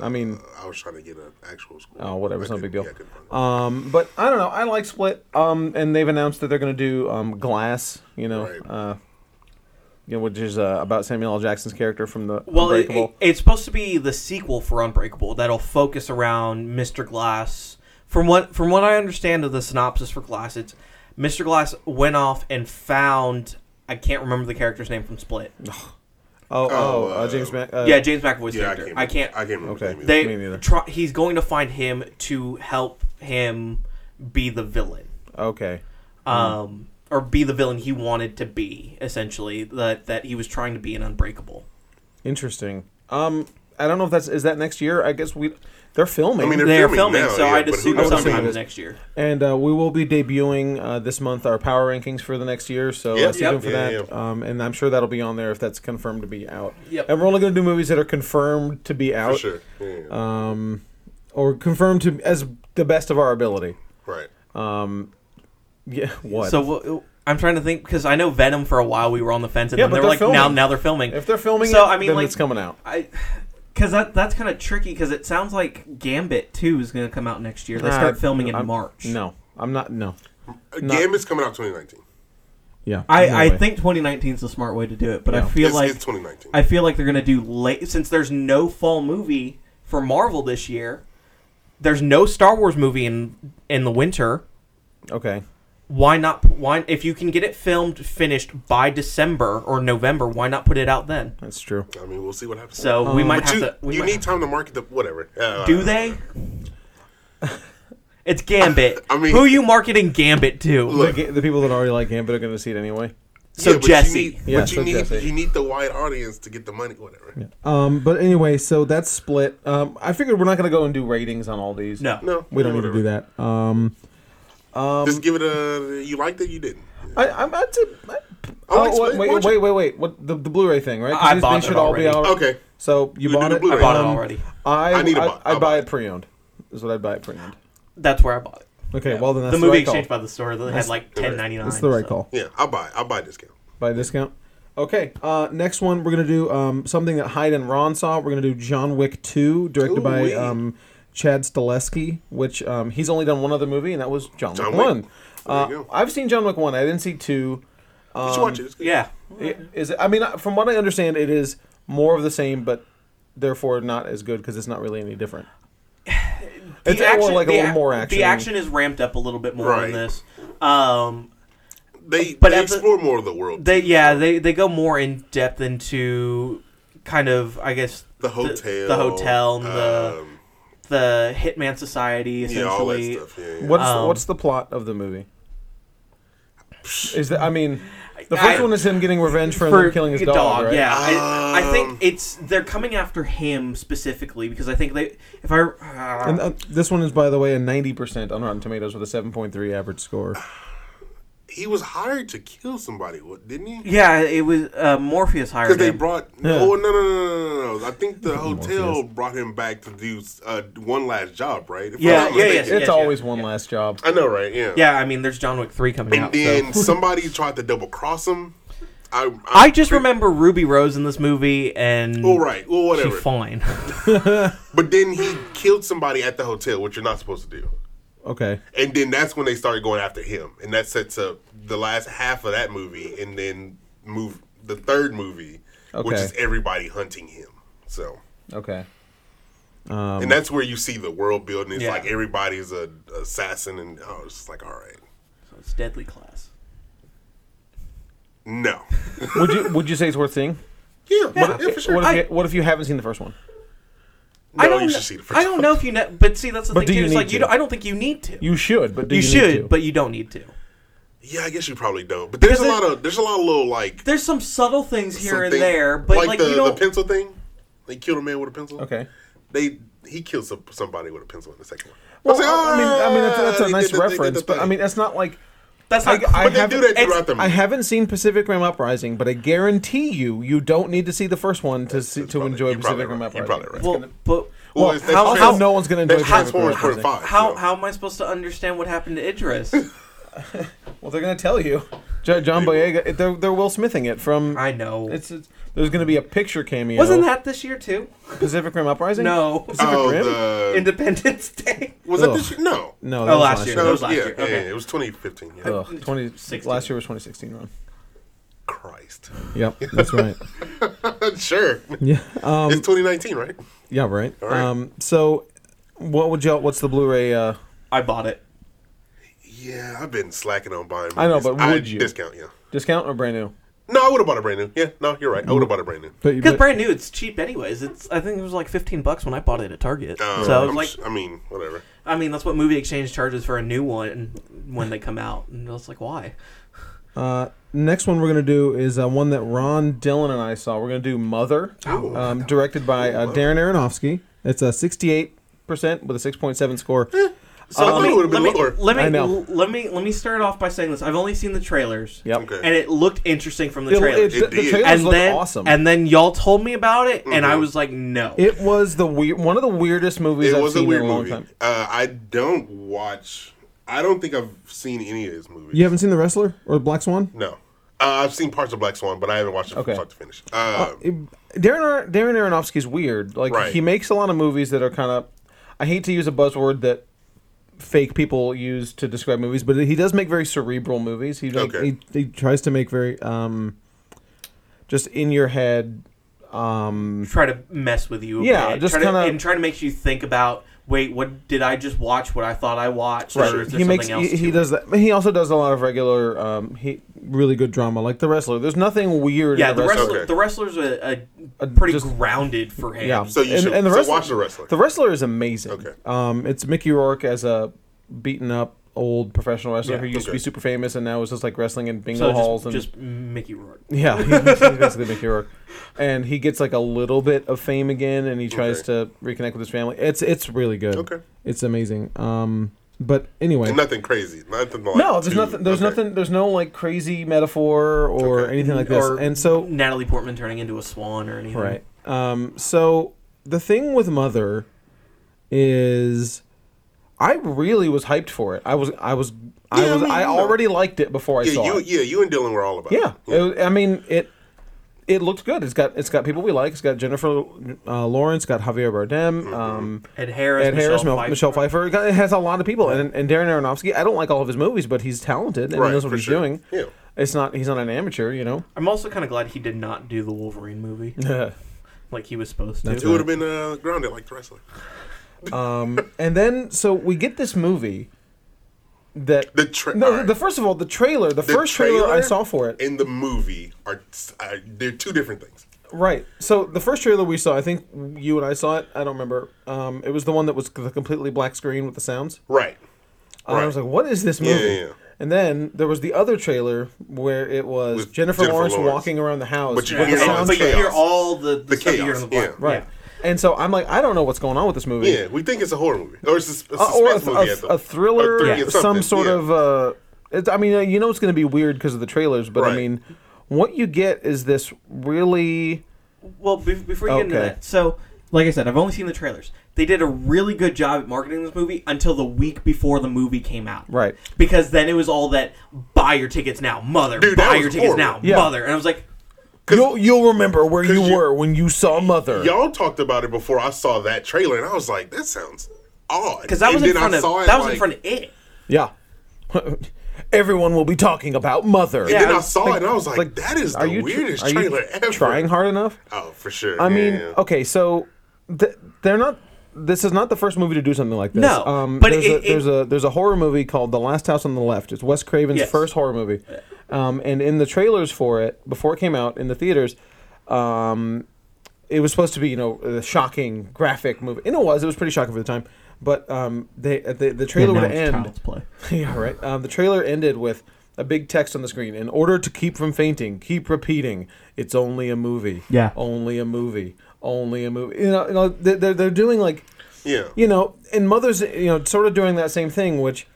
A: I mean,
B: uh, I was trying to get an actual score.
A: Oh, whatever,
B: I
A: it's not a big deal.
B: couldn't- yeah, I couldn't find it.
A: um, but I don't know. I like Split. Um, and they've announced that they're going to do um, Glass. You know,
B: Right.
A: uh, you know, which is uh, about Samuel L. Jackson's character from the
C: Well, it,
A: Unbreakable.
C: it- it's supposed to be the sequel for Unbreakable that'll focus around Mr. Glass. From what from what I understand of the synopsis for Glass, it's Mr. Glass went off and found I can't remember the character's name from Split.
A: Uh, oh, oh,
B: Oh,
A: uh,
B: uh,
A: James. Ma- uh,
C: yeah, James McAvoy's
B: Yeah,
C: character. I can't.
B: I can't remember.
A: Okay.
B: Okay. Name either.
A: Me neither.
C: they try, he's going to find him to help him be the villain.
A: Okay.
C: Um or be the villain he wanted to be essentially that that he was trying to be in Unbreakable.
A: Interesting. Um, I don't know if that's is that next year. I guess we they're filming.
B: I mean, they're
C: They are
B: filming
C: filming,
B: now,
C: so
B: yeah,
C: I'd
B: but who
C: assume
B: knows?
C: sometime
A: Filming.
C: next year.
A: and uh, we will be debuting uh, this month our power rankings for the next year. So
B: Yep.
A: uh, stay
C: Yep.
A: tuned for
B: Yeah,
A: that.
B: yeah.
A: Um, and I'm sure that'll be on there if that's confirmed to be out.
C: Yep.
A: And we're only going to do movies that are confirmed to be
B: For
A: out
B: sure. Yeah, yeah, yeah.
C: Uh,
A: um, or confirmed to as the best of our ability.
B: right.
A: Yeah. What?
C: So w- I'm trying to think because I know Venom for a while we were on the fence, and
A: Yeah,
C: then
A: but
C: they're,
A: they're
C: like now
A: filming.
C: now they're filming.
A: if they're filming,
C: so
A: it,
C: I mean,
A: then
C: like,
A: it's coming out.
C: I because that that's kind of tricky because it sounds like Gambit Two is going to come out next year. They
A: Nah,
C: start filming in
A: I'm-
C: March.
A: No, I'm not. No.
B: Uh, Gambit's coming out 2019.
A: Yeah.
D: I,
A: no
D: I
A: way.
D: think 2019 is the smart way to do it, but
A: Yeah.
D: I feel
B: It's,
D: like
B: it's 2019.
D: I feel like they're gonna do
C: late since there's no fall movie for Marvel this year. There's no Star Wars movie in in the winter.
A: Okay.
C: Why not? Why if you can get it filmed finished by December or November, why not put it out then?
A: That's true.
B: I mean, we'll see what happens.
C: So we might
B: but
C: have
B: you,
C: to. We
B: you
C: might
B: need time to market the whatever. Uh,
C: Do they? It's Gambit.
B: I mean-
C: who you marketing Gambit to?
A: The,
B: Look,
A: ga- the people that already like Gambit are going to see it anyway.
C: so
B: but you
C: Jesse.
B: need-
A: Yeah,
B: but you
A: so
B: need
A: Jesse.
B: you need the wide audience to get the money. Whatever.
A: Um, but anyway, so that's split. Um, I figured we're not going to go and do ratings on all these.
C: no.
B: No,
A: We don't
B: yeah,
A: need to
B: whatever.
A: do that. Um,
C: Um,
B: Just give it a. You liked it, you didn't.
A: I, I'm about to. I,
B: I'll
A: oh,
B: explain-
A: wait, wait,
B: why don't
A: wait, wait, wait. What the, the Blu-ray thing, right? 'Cause
C: I
A: these-
C: bought
A: these
C: it
A: should all be
C: already.
A: out.
B: Okay.
A: So you
B: We
A: bought it.
B: do the Blu-ray.
C: I bought it already.
A: I
B: I need to
A: I,
B: buy-
A: I buy
B: I'll buy
A: it pre-owned. Is what I'd buy it pre-owned.
C: That's where I bought it.
A: Okay, well then that's
C: the movie
A: right
C: exchange
A: call.
C: by the store that had like ten ninety nine.
A: That's the right call.
B: Yeah, I'll buy. I'll buy discount.
A: By discount. Okay. Uh, next one we're gonna do um, something that Hyde and Ron saw. We're gonna do John Wick Two, directed by
B: Ooh-wee.
A: um, Chad Stileski, which um, he's only done one other movie, and that was John, Wick
B: John Wick.
A: One.
B: There
A: Uh,
B: you go.
A: I've seen John Wick One. I didn't see two.
B: you should watch it. It's good.
C: Yeah.
A: It- Is it, I mean, I- from what I understand, it is more of the same, but therefore not as good because it's not really any different. It's more like a
C: the
A: little
C: ac-
A: more action.
C: The action is ramped up a little bit more
B: Right.
C: in this. Um,
B: They
C: But
B: they
C: at the-
B: explore more of the world.
C: they yeah they they go more in depth into kind of I guess
B: the hotel.
C: the, hotel, and the
B: um,
C: the hitman society
B: yeah, all that
C: essentially.
B: stuff. Yeah, yeah.
A: What's
C: Um,
A: what's the plot of the movie? Is that I mean, the
C: I-
A: first one is him getting revenge for, him killing his dog, right?
C: Yeah, I, I
B: Um,
C: think it's they're coming after him specifically because I think they if I uh,
A: And uh, this one is, by the way, a ninety percent on Rotten Tomatoes with a seven point three average score.
B: He was hired to kill somebody, what didn't he?
C: yeah it was uh, Morpheus hired
B: Because they
C: him.
B: brought. Oh no no no no no no! I think the hotel brought him back to do uh, one last job, right? If I'm
C: Yeah,
B: not
C: yeah,
B: mistaken.
A: It's
C: yes,
A: always
C: yeah,
A: one last job.
B: I know, right? Yeah.
C: yeah I mean there's John Wick three coming
B: And
C: out so.
B: then somebody tried to double cross him. I I,
C: I just remember Ruby Rose in this movie and
B: All Oh, right. Well,
C: she's
B: whatever.
C: fine.
B: But then he killed somebody at the hotel, which you're not supposed to do.
A: Okay,
B: And then that's when they started going after him, and that sets up the last half of that movie, and then move the third movie, which
A: Okay.
B: is everybody hunting him. So
A: okay.
B: and
A: Um,
B: that's where you see the world building. It's
C: Yeah.
B: like everybody's a assassin, and I was just like, all right,
C: So it's Deadly Class.
B: no,
A: would you would you say it's worth seeing?
B: yeah, yeah, for sure.
A: What if,
C: I-
A: you, what if you haven't seen the first one?
B: no,
C: I don't.
B: you
C: kn-
B: should see the first.
C: I don't know if you know, but see, that's the
A: But do
C: thing too.
A: you
C: It's
A: need
C: like
A: to?
C: you. Don't, I don't think you need to.
A: You should, but do
C: You
A: you,
C: should,
A: need to?
C: but you don't need to.
B: Yeah, I guess you probably don't. But there's
C: Because
B: a
C: it-
B: lot of there's a lot of little like
C: There's some subtle things here and
B: something-
C: there, but like,
B: the,
C: you don't.
B: the pencil thing. They killed a man with a pencil.
A: okay.
B: They he killed some, somebody with a pencil in the second one.
A: Well,
B: was like,
A: I mean, I mean that's, that's
B: "Ah,
A: a
B: they
A: nice
B: did the- they did the
A: reference, but I
B: thing."
A: mean, that's not like
C: that's
A: I,
C: not.
A: I
B: But they
A: haven't-
B: do that
C: it's-
B: throughout the movie.
A: I haven't seen Pacific Rim Uprising, but I guarantee you, you don't need to see the first one to see,
B: that's
A: to
B: probably-
A: enjoy
B: you're probably
A: Pacific Rim
B: right.
A: Uprising.
B: You're probably right.
A: It's
C: well,
A: gonna-
C: but
B: Well, it's-
A: how,
B: that's
A: how
B: trans-
A: no one's going to enjoy
B: that's
A: Pacific Rim
B: Transformers
A: Uprising?
B: point five.
C: how
B: so-
C: how am I supposed to understand what happened to Idris?
A: Well, they're going to tell you. Jo- John Boyega, they're, they're Will Smithing it from.
C: I know.
A: It's, it's there's going to be a picture cameo.
C: Wasn't that this year too?
A: Pacific Rim Uprising?
C: No.
A: Pacific
B: oh,
A: Rim?
B: the
C: Independence Day. Oh,
B: was Oh, that
A: Ugh.
B: this year? No,
A: no, that was
C: last
A: last
C: year.
A: year.
B: no, it
C: That was
B: was,
C: last
B: yeah,
C: year.
B: yeah,
C: Okay.
B: yeah, it was 2015. Yeah.
A: Ugh, 20,
C: 16.
A: last year was 2016 run.
B: Christ,
A: Yep, that's right.
B: sure,
A: Yeah, um,
B: it's 2019, right?
A: yeah, right.
B: All right.
A: Um, so, what would y'all? What's the Blu-ray? Uh,
C: I bought it.
B: Yeah, I've been slacking on buying.
A: I know,
B: movies.
A: but
B: I-
A: would you?
B: discount? Yeah,
A: discount or brand new?
B: no, I would have bought a brand new. Yeah, no, you're right. I would have bought a brand new.
A: But,
C: Because
A: but-
C: brand new, it's cheap anyways. It's I think it was like fifteen bucks when I bought it at Target.
B: Um,
C: so it was
B: I'm
C: like,
B: s- I mean, whatever.
C: I mean, that's what Movie Exchange charges for a new one when they come out, and I was like, why?
A: Uh, next one we're gonna do is uh, one that Ron Dillon and I saw. We're gonna do Mother, um, directed by uh, Darren Aronofsky. It's a 68 percent with a 6.7 score.
C: Eh. So
B: I thought it would've been
C: let, me,
B: lower.
C: let me
A: I know.
C: let me let me start off by saying this. I've only seen the trailers.
A: Yep.
B: Okay.
C: And it looked interesting from the
A: It-
C: trailers.
A: it- the- the
B: did.
A: trailers
C: and
A: look
C: then
A: awesome.
C: and then y'all told me about it, and I was like, no.
A: it was the weird, one of the weirdest movies
B: it
A: I've
B: was
A: seen
B: a weird
A: in a long
B: movie.
A: time.
B: Uh, I don't watch. I don't think I've seen any of his movies.
A: You haven't seen The Wrestler or Black Swan?
B: No, uh, I've seen parts of Black Swan, but I haven't watched it from
A: Okay.
B: start to finish. Uh,
A: It- Darren Ar- Darren Aronofsky's weird. Like
B: Right.
A: he makes a lot of movies that are kind of. I hate to use a buzzword that fake people use to describe movies, but he does make very cerebral movies. He like,
B: Okay.
A: he, he tries to make very um, just in your head. Um,
C: try to mess with you. A
A: Yeah,
C: bit.
A: just
C: Try to-
A: kinda-
C: and try to make you think about. Wait, what did I just watch? What I thought I watched? Or is there
A: He
C: something
A: makes
C: else?
A: he, he
C: to it?
A: does that. He also does a lot of regular um, he really good drama like The Wrestler. There's nothing weird.
C: Yeah,
A: in
C: the wrestler.
B: Okay.
C: The wrestler's a, a
A: Uh,
C: pretty
A: just-
C: grounded for him.
A: Yeah.
B: So you should- so watch The Wrestler.
A: The wrestler is amazing.
B: Okay.
A: Um, it's Mickey Rourke as a beaten up old professional wrestler
C: Yeah.
A: who used to
B: Okay.
A: be super famous and now is just like wrestling in bingo
C: So
A: halls
C: just,
A: and
C: just Mickey Rourke.
A: yeah, he's, he's basically Mickey Rourke, and he gets like a little bit of fame again, and he tries to reconnect with his family. It's it's really good.
B: Okay.
A: It's amazing. Um, but anyway.
B: nothing crazy. Nothing like
A: no, there's
B: too-
A: nothing. There's
B: okay.
A: nothing. There's no like crazy metaphor or
B: Okay.
A: anything like this.
C: Or
A: and so
C: Natalie Portman turning into a swan or anything.
A: Right. Um, so the thing with Mother is, I really was hyped for it. I was, I was, I
B: Yeah, I
A: was, I,
B: mean, you know.
A: already liked it before I
B: Yeah,
A: saw
B: you,
A: it.
B: yeah, you and Dylan were all about.
A: Yeah.
B: it.
A: It- I mean it. It looked good. It's got it's got people we like. It's got Jennifer uh, Lawrence, got Javier Bardem,
B: Mm-hmm.
A: um,
C: Ed Harris.
A: Ed Harris, Mel-
C: Michelle
A: Michelle,
C: Pfeiffer.
A: Pfeiffer. It got- It has a lot of people, and, and Darren Aronofsky. I don't like all of his movies, but he's talented and
B: Right,
A: he knows what
B: for
A: he's
B: sure.
A: doing.
B: Yeah.
A: It's not he's not an amateur, you know.
C: I'm also kind of glad he did not do the Wolverine movie like he was supposed to.
A: That's
B: It would have been uh, grounded like the wrestler.
A: Um, and then so we get this movie that
B: The tra-
A: no,
B: all
A: the-
B: right.
A: the first of all the trailer the, first trailer, I saw for it
B: in the movie are uh, they're two different things.
A: right so the first trailer we saw I think you and I saw it I don't remember um, it was the one that was the completely black screen with the sounds
B: Right.
A: and I
B: Right.
A: Oh, was like what is this
B: Yeah,
A: movie
B: yeah, yeah.
A: and then there was the other trailer where it was
B: With
A: Jennifer,
B: Jennifer
A: Lawrence,
B: Lawrence.
A: walking around the house
B: But you
A: with
B: hear
A: the
B: all
A: sounds
B: the
C: but you hear
B: chaos.
C: all the, the,
B: The
C: stuff you hear in
B: chaos,
C: the black.
B: yeah.
A: right and so I'm like I don't know what's going on with this movie
B: Yeah, we think it's a horror movie or it's a, sus- a
A: Uh, or a,
B: suspense
A: th-
B: movie.
A: a
B: at the-
A: th- a thriller,
B: or thriller,
A: some
B: something,
A: sort
B: yeah.
A: of. Uh, it, I mean, uh, you know, it's going to be weird because of the trailers, but I
B: Right.
A: mean, what you get is this really.
C: Well, be- before you get into
A: Okay.
C: that, so like I said, I've only seen the trailers. They did a really good job at marketing this movie until the week before the movie came out.
A: Right.
C: Because then it was all that buy your tickets now, mother.
B: Dude, that
C: buy
B: was
C: your tickets now,
B: horrible.
A: Yeah.
C: mother. And I was like,
A: You'll, you'll remember where you,
B: 'cause you-
A: were when you saw Mother.
B: Y'all talked about it before I saw that trailer, and I was like, "That sounds odd."
C: because that
B: And
C: was in
B: then I
C: front of
B: saw it,
C: that was in
B: like-
C: front of it.
A: Yeah. Everyone will be talking about Mother.
B: And
C: Yeah, I
B: then I
C: was
B: saw it, and I was like,
A: like,
B: "That is
A: Are
B: the
A: you, tr-
B: weirdest
A: are you
B: trailer
A: tr-
B: ever."
A: trying hard enough?
B: Oh, for sure.
A: I
B: Yeah,
A: mean,
B: yeah.
A: okay, so th- they're not. this is not the first movie to do something like this.
C: No,
A: um,
C: but
A: there's,
C: it-
A: a,
C: it-
A: there's a there's a horror movie called The Last House on the Left. It's Wes Craven's
C: Yes.
A: first horror movie, um, and in the trailers for it before it came out in the theaters, um, it was supposed to be you know a shocking graphic movie, and it was. It was pretty shocking for the time. But um, they uh, the, the trailer
D: now
A: would
D: it's
A: end.
D: Child's play.
A: yeah, right. Um, the trailer ended with a big text on the screen. In order to keep from fainting, keep repeating, it's only a movie.
D: Yeah.
A: Only a movie. Only a movie. You know, you know they- they're, they're doing like,
B: Yeah.
A: you know, and Mother's, you know, sort of doing that same thing, which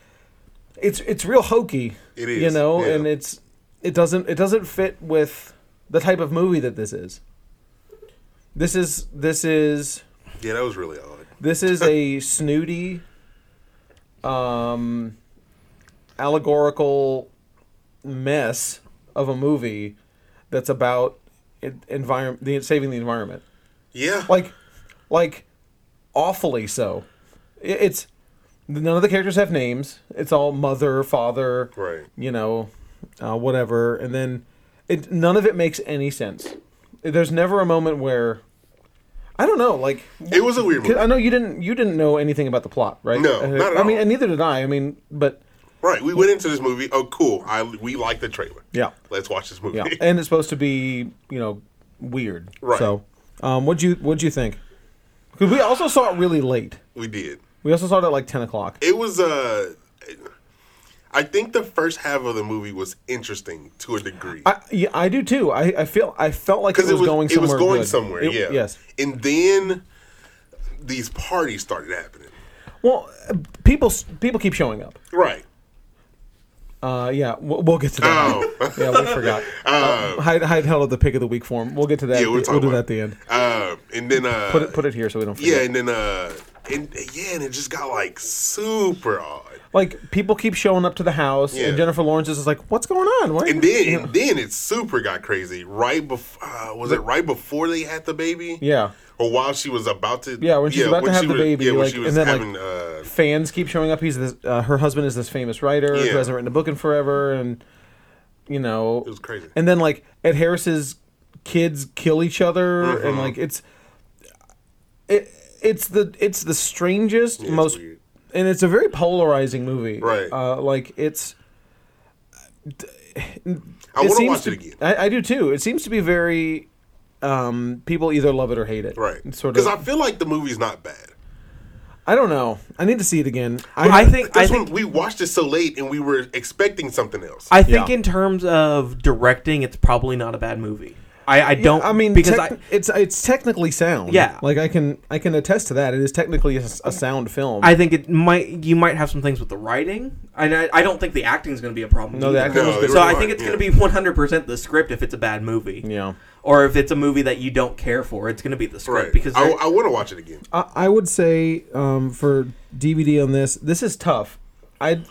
A: it's it's real hokey.
B: It
A: You
B: is,
A: know,
B: yeah.
A: and it's it doesn't it doesn't fit with the type of movie that this is. This is this is
B: Yeah, that was really odd.
A: this is a snooty, um, allegorical mess of a movie that's about environment, the, saving the environment.
B: Yeah.
A: Like, like, awfully so. I- It's none of the characters have names. It's all mother, father,
B: Right.
A: you know, uh, whatever. And then it, none of it makes any sense. There's never a moment where I don't know, like.
B: It was a weird
A: Cause
B: movie.
A: I know you didn't you didn't know anything about the plot, right?
B: No,
A: Uh,
B: not at
A: I mean,
B: all.
A: and neither did I. I mean, but
B: Right. We went into this movie. Oh, cool. I we like the trailer.
A: yeah,
B: Let's watch this movie.
A: yeah. and it's supposed to be you know weird,
B: Right.
A: So, um, what'd you what'd you think? Because we also saw it really late.
B: we did.
A: We also saw it at like ten o'clock.
B: It was uh I think the first half of the movie was interesting to a degree.
A: I yeah, I do too. I, I feel I felt like it was, going
B: it
A: somewhere.
B: was going
A: good.
B: somewhere,
A: It-
B: yeah.
A: Yes.
B: And then these parties started happening.
A: Well, uh, people s- people keep showing up.
B: Right.
A: Uh, yeah, we'll, we'll get to that.
B: Oh.
A: yeah, we forgot. Uh, Hyde, Hyde held up the pick of the week form. We'll get to that.
B: Yeah, we'll
A: we'll,
B: talk
A: do
B: about
A: that
B: it.
A: at the end.
B: Uh, and then uh
A: Put it put it here so we don't forget.
B: Yeah, and then uh and yeah, and it just got like super odd.
A: like people keep showing up to the house,
B: Yeah.
A: and Jennifer Lawrence is just like, "What's going on?" Why-
B: And then and then it super got crazy. Right before uh, was it right before they had the baby?
A: yeah,
B: Or while she was about to
A: Yeah, when she's about to have
B: she
A: the
B: was-
A: baby,
B: Yeah, when
A: like,
B: she was
A: and then, like,
B: having uh
A: fans keep showing up. He's this, uh, her husband is this famous writer
B: Yeah.
A: who hasn't written a book in forever, and you know,
B: it was crazy.
A: and then like Ed Harris's kids kill each other, and
B: Uh-huh.
A: like it's it it's the it's the strangest
B: it's
A: most,
B: weird.
A: and it's a very polarizing movie,
B: Right.
A: Uh, like it's
B: I want to
A: seems
B: watch
A: to-
B: it again.
A: I, I do too. It seems to be very. Um, people either love it or hate it.
B: Right.
A: It's
B: Because
A: Sort of.
B: I feel like the movie's not bad.
A: I don't know. I need to see it again.
C: I think I
B: That's
C: think
B: when we watched it so late and we were expecting something else.
C: I think
A: Yeah.
C: in terms of directing, it's probably not a bad movie. I, I don't.
A: I mean,
C: because
A: tec- it's it's technically sound.
C: Yeah.
A: like I can I can attest to that. It is technically a, s- a sound film.
C: I, I think it might. You might have some things with the writing. And I, I don't think the acting is going to be a problem.
A: No, the
C: either.
A: acting was No, good.
C: So I
B: you're
C: think
B: right,
C: it's
B: yeah.
C: going to be one hundred percent the script if it's a bad movie.
A: yeah,
C: Or if it's a movie that you don't care for, it's going to be the script
B: right.
C: because
B: I,
C: they're-
B: I want to watch it again.
A: I, I would say um, for DVD on this, this is tough. I,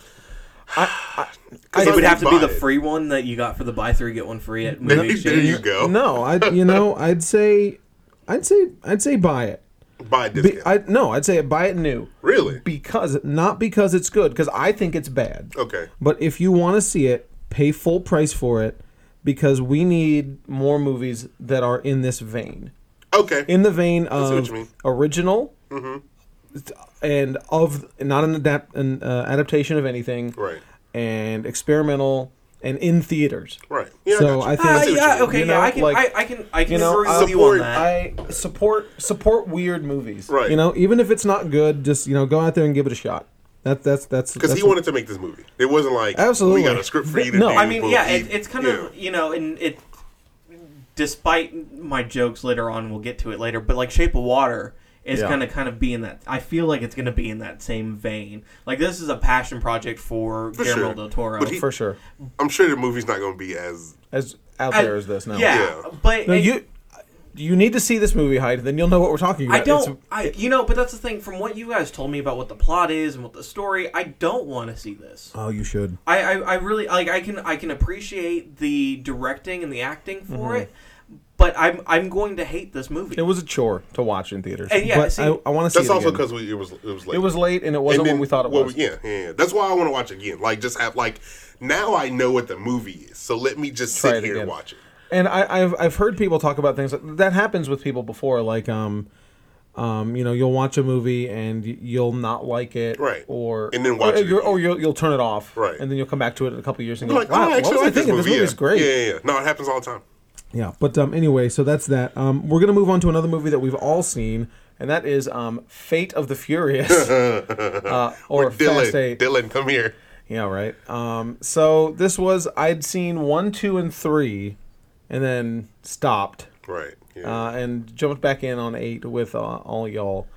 A: I, I,
C: it would
B: I
C: have to be
B: buy
C: the
B: it.
C: free one that you got for the buy three get one free at
B: There,
C: movie
B: you- there you
C: exchange.
B: go.
A: no, I you know I'd say, I'd say I'd say buy it.
B: Buy a
A: Be,
B: discount.
A: I no, I'd say buy it new
B: really?
A: because not because it's good because I think it's bad.
B: Okay.
A: But if you want to see it, pay full price for it because we need more movies that are in this vein.
B: Okay.
A: In the vein
B: see what
A: of
B: you mean. Mm-hmm.
A: original and of not an, adapt, an uh, adaptation of anything
B: Right.
A: and experimental and in theaters.
B: right. Yeah,
A: so
B: got you.
A: I think
C: Ah,
B: see what
C: yeah,
B: you mean.
C: okay,
A: You know,
C: yeah, I can,
A: like-
C: I, I can, I can
A: you know,
C: agree
A: I-
C: with you on
B: Support-
C: that.
A: I support support weird movies.
B: Right.
A: You know, even if it's not good, just you know, go out there and give it a shot. That that's that's
B: Because
A: that's
B: he wanted to make this movie. It wasn't like
A: Absolutely.
B: we got a script for you to
A: No.
B: do.
A: I
C: I mean,
B: but
C: yeah,
B: he-
C: it, it's kind of
B: yeah.
C: you know, and it. Despite my jokes later on, we'll get to it later. But like Shape of Water is
A: Yeah.
C: gonna kind of be in that. I feel like it's gonna be in that same vein. Like this is a passion project for,
B: For
C: Guillermo
B: sure.
C: del Toro.
B: But he-
A: for sure
B: I'm sure the movie's not going to be as
A: as out
C: I-
A: there as this now.
C: yeah,
B: Yeah.
C: but
A: No,
C: it-
A: you you need to see this movie, Hyde. Then you'll know what we're talking about.
C: I don't. I you know, but that's the thing. From what you guys told me about what the plot is and what the story, I don't want to see this.
A: oh, you should.
C: I, I, I really like I can I can appreciate the directing and the acting for
A: Mm-hmm.
C: it, but I'm I'm going to hate this movie.
A: It was a chore to watch in theaters.
C: And yeah,
A: but
C: see-
A: I, I want to see.
B: That's
A: it
B: also
A: again.
B: because it was it was late.
A: it was late and it wasn't what we thought it
B: well,
A: was.
B: Yeah, yeah, yeah. That's why I want to watch it again. Like just have like now I know what the movie is. So let me just
A: Try
B: sit
A: it
B: here
A: again.
B: and watch it.
A: And I, I've I've heard people talk about things that, that happens with people before, like um, Um, you know, you'll watch a movie and y- you'll not like it,
B: Right.
A: Or
B: And then watch
A: or,
B: it
A: you're- or
B: again.
A: you'll you'll turn it off,
B: Right.
A: And then you'll come back to it in a couple of years and go,
B: Like,
A: "Wow,
B: oh, I
A: what
B: actually
A: was I
B: like this
A: thinking?
B: movie.
A: This movie's
B: yeah.
A: great."
B: Yeah, yeah, yeah. No, it happens all the time.
A: Yeah, but um, anyway, so that's that. Um, we're gonna move on to another movie that we've all seen, and that is um, Fate of the Furious, uh, or Fast
B: Dylan,
A: Eight.
B: Dylan, come here.
A: Yeah, right. Um, so this was I'd seen one, two, and three, and then stopped
B: Right. Yeah.
A: uh, and jumped back in on eight with uh, all y'all,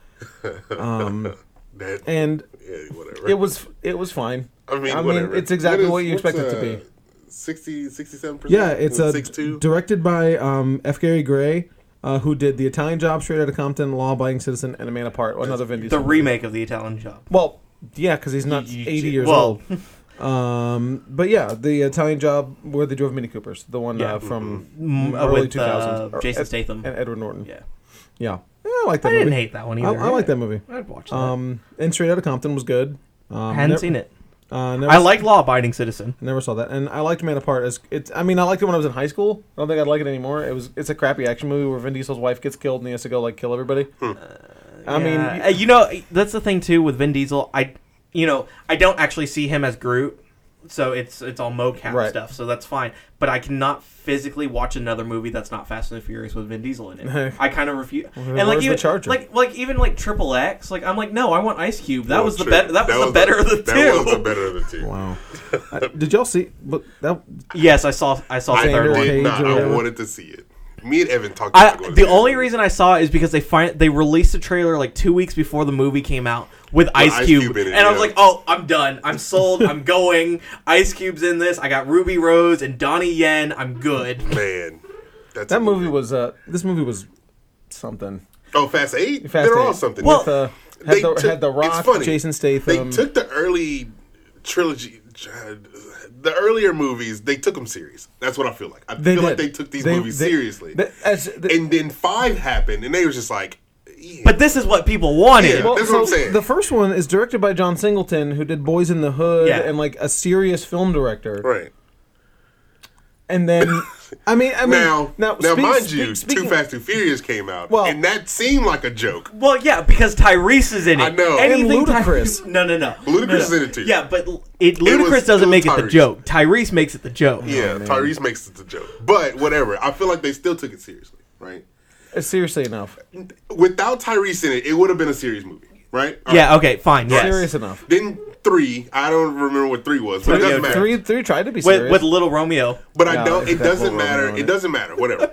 B: that,
A: and
B: yeah, whatever.
A: it was it was fine.
B: I mean, whatever.
A: it's exactly what, you
B: what's,
A: expect it to
B: uh,
A: be.
B: 60, 67%?
A: Yeah, it's uh,
B: six two.
A: directed by um, F. Gary Gray, uh, who did The Italian Job, Straight Outta Compton, Law Abiding Citizen, and A Man Apart. Another Vin
C: The
A: Diesel.
C: remake of the Italian Job.
A: well, yeah, because he's not
C: You- you-
A: eighty years
C: well.
A: old. Um, but yeah, The Italian Job, where they drove Mini Coopers, the one
C: Yeah.
A: uh, from
C: Mm, uh,
A: early
C: with,
A: two
C: uh,
A: thousands.
C: Jason Statham.
A: and Edward Norton. Yeah,
C: Yeah,
A: yeah, I like that.
C: I didn't
A: movie.
C: hate that one
A: I,
C: either.
A: I like that movie.
C: I'd watch that.
A: Um, and Straight Outta Compton was good. Um,
C: I hadn't
A: nev-
C: seen it.
A: Uh, never
C: I like Law Abiding Citizen.
A: Never saw that, and I liked Man Apart. As it's, I mean, I liked it when I was in high school. I don't think I'd like it anymore. It was, it's a crappy action movie where Vin Diesel's wife gets killed and he has to go like kill everybody.
B: Hmm.
A: I
C: Uh, Yeah.
A: mean,
C: Uh, you know, that's the thing too with Vin Diesel. I, you know, I don't actually see him as Groot, so it's it's all mocap
A: Right.
C: stuff, so that's fine. But I cannot physically watch another movie that's not Fast and the Furious with Vin Diesel in it. I kind of refuse. and like
A: where's the
C: even
A: charger?
C: like like even like Triple X, like I'm like no, I want Ice Cube. That
B: Well,
C: was the
B: Oh, true.
C: better. That, was the better of the
B: That was the
C: two.
B: better of the two.
A: wow. I- did y'all see? But that
C: yes, I saw I saw
B: I
C: the third one.
A: Cage
B: did not.
A: or
B: I
A: whatever.
B: wanted to see it. Me and Evan talked about
C: I,
B: going
C: the
B: to see
C: only
B: it.
C: reason I saw it is because they find they released a trailer like two weeks before the movie came out with Ice
B: Ice
C: Cube,
B: Cube in it,
C: and I was
B: yeah.
C: like, "Oh, I'm done. I'm sold. I'm going. Ice Cube's in this. I got Ruby Rose and Donnie Yen. I'm good."
B: man, that's a
A: that movie was. Uh, this movie was something.
B: Oh, Fast Eight.
A: Fast
B: They're all
A: Eight.
B: something.
C: Well,
A: With, uh,
B: They
A: had, the,
B: took-
A: had the
B: it's
A: Rock,
B: funny.
A: Jason
B: they
A: Statham.
B: took the early trilogy, the earlier movies. They took them serious. That's what I feel like. I
A: They
B: feel like
A: did.
B: they took these
A: They-
B: movies
A: they-
B: seriously.
A: they- as- the-
B: and then five happened, and they were just like, yeah.
C: But this is what people wanted.
B: Yeah. That's what I'm saying.
A: The first one is directed by John Singleton, who did Boys in the Hood
C: Yeah.
A: and like a serious film director.
B: right.
A: And then, I mean, I mean,
B: Now, now,
A: speak-
B: mind
A: speak-
B: you,
A: speaking-
B: Too Fast, Too Furious came out,
A: Well-
B: and that seemed like a joke.
C: Well, yeah, because Tyrese is in it.
B: I know.
A: And
C: Ty-
A: Ludacris.
C: no, no, no.
B: Ludacris
C: no, no.
B: is in it too.
C: Yeah, but l- it, Ludacris
B: was-
C: doesn't
B: it was
C: make it the
B: Tyrese.
C: joke. Tyrese makes it the joke.
A: Oh,
B: Yeah, Tyrese makes it a joke, but whatever. I feel like they still took it seriously, right?
A: Uh, seriously enough,
B: Without Tyrese in it, it would have been a serious movie, right? All
C: Yeah. Okay. Fine. Yes.
A: serious enough.
B: Then three, I don't remember what three was, but it doesn't matter.
A: Three, three tried to be
C: With,
A: serious.
C: with Little Romeo.
B: But I
A: No,
B: don't. It
A: that's
B: doesn't
A: what we're
B: matter.
A: doing.
B: It doesn't matter. Whatever.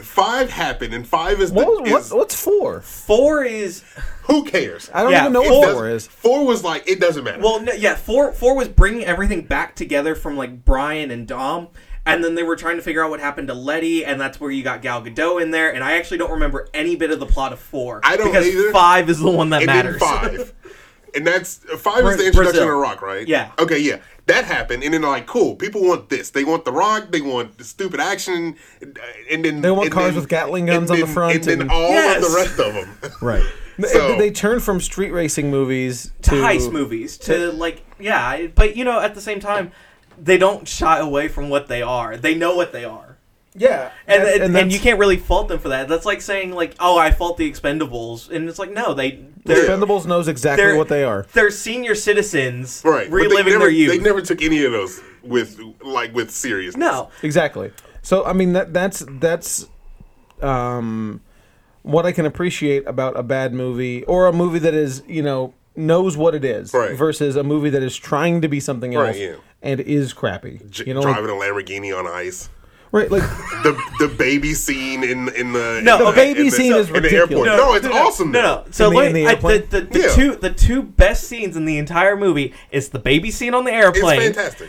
B: five happened, and five is the.
A: what was,
B: is-
A: what, what's four?
C: Four is
B: who cares?
A: I don't
C: Yeah,
A: even know
B: It
A: what
B: doesn't-
A: four is.
B: Four was like it doesn't matter.
C: Well, no, yeah, four four was bringing everything back together from like Brian and Dom, and then they were trying to figure out what happened to Letty, and that's where you got Gal Gadot in there. And I actually don't remember any bit of the plot of four.
B: I don't
C: because
B: either.
C: five is the one that
B: and
C: matters.
B: then five, and that's five
C: Bra-
B: is the introduction
C: Brazil.
B: of the Rock, right?
C: Yeah.
B: Okay, yeah, that happened, and then like, cool, people want this. They want the Rock. They want the stupid action, and, and then
A: They want
B: and
A: cars
B: then-
A: with Gatling
B: and
A: guns on the
B: then-
A: front
B: and then
A: and-
B: all of
C: Yes.
B: the rest of them.
A: Right.
B: So-
A: they turn from street racing movies to,
C: to heist movies to like yeah, I- but you know at the same time they don't shy away from what they are. They know what they are.
A: Yeah,
C: And,
A: That-
C: and, and,
A: that's-
C: you can't really fault them for that. That's like saying like, oh, I fault the Expendables, and it's like no, they they're
A: Expendables knows exactly
C: they're
A: what they are.
C: They're senior citizens
B: Right, but they
C: reliving
B: never-
C: their youth.
B: They never took any of those with like with seriousness.
C: No.
A: Exactly. So I mean that that's that's um what I can appreciate about a bad movie or a movie that is, you know, knows what it is
B: Right.
A: versus a movie that is trying to be something else
B: Right, yeah.
A: and is crappy.
B: J-
A: you know, like-
B: driving a Lamborghini on ice.
A: right like
B: the the baby scene in in the
C: No,
B: in
C: the
A: baby
B: in
A: scene is
B: in the
A: ridiculous.
B: airport. No, it's awesome.
C: No, no. So
A: In the-
C: let
A: in
C: me-
A: the
C: I-
A: airplane?
C: the, the, the
B: Yeah.
C: two the two best scenes in the entire movie is the baby scene on the
B: it's
C: airplane
B: fantastic.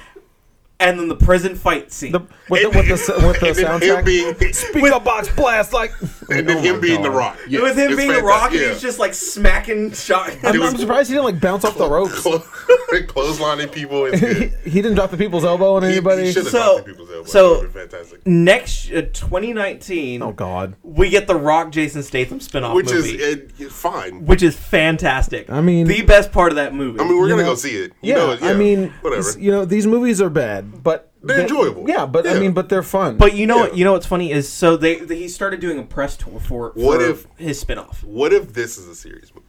C: and then the prison fight scene.
A: the with, the, with the with the
B: and then
A: soundtrack
B: him being
A: Speaker box blast like
B: and then
A: Oh my
B: him being the
A: God.
B: rock. Yes,
C: With him
B: it's
C: being the
B: fantastic.
C: rock, and
B: yeah.
C: he's just like smacking shot.
B: It
A: I'm surprised he didn't like bounce off the ropes.
B: Clo- clotheslining people. It's good.
A: he, he didn't drop the people's elbow on
B: He-
A: anybody.
B: he should have
C: So-
B: knocked the people's elbow.
C: so-
B: That would've been fantastic.
C: Next, uh, 2019,
A: oh god.
C: we get the Rock Jason Statham spinoff
B: Which
C: movie,
B: is uh, fine.
C: which is fantastic. I
A: mean-
C: the best part of that movie.
B: I mean, we're gonna
A: know,
B: go see it. You
A: Yeah,
B: know it,
A: I mean,
B: whatever.
A: s- you know, these movies are bad, but
B: They're enjoyable.
A: Yeah, but I mean, but they're fun.
C: But you know
B: Yeah.
C: what? You know what's funny is so they, they he started doing a press tour for, for
B: What if-
C: his spinoff.
B: What if this is a serious movie?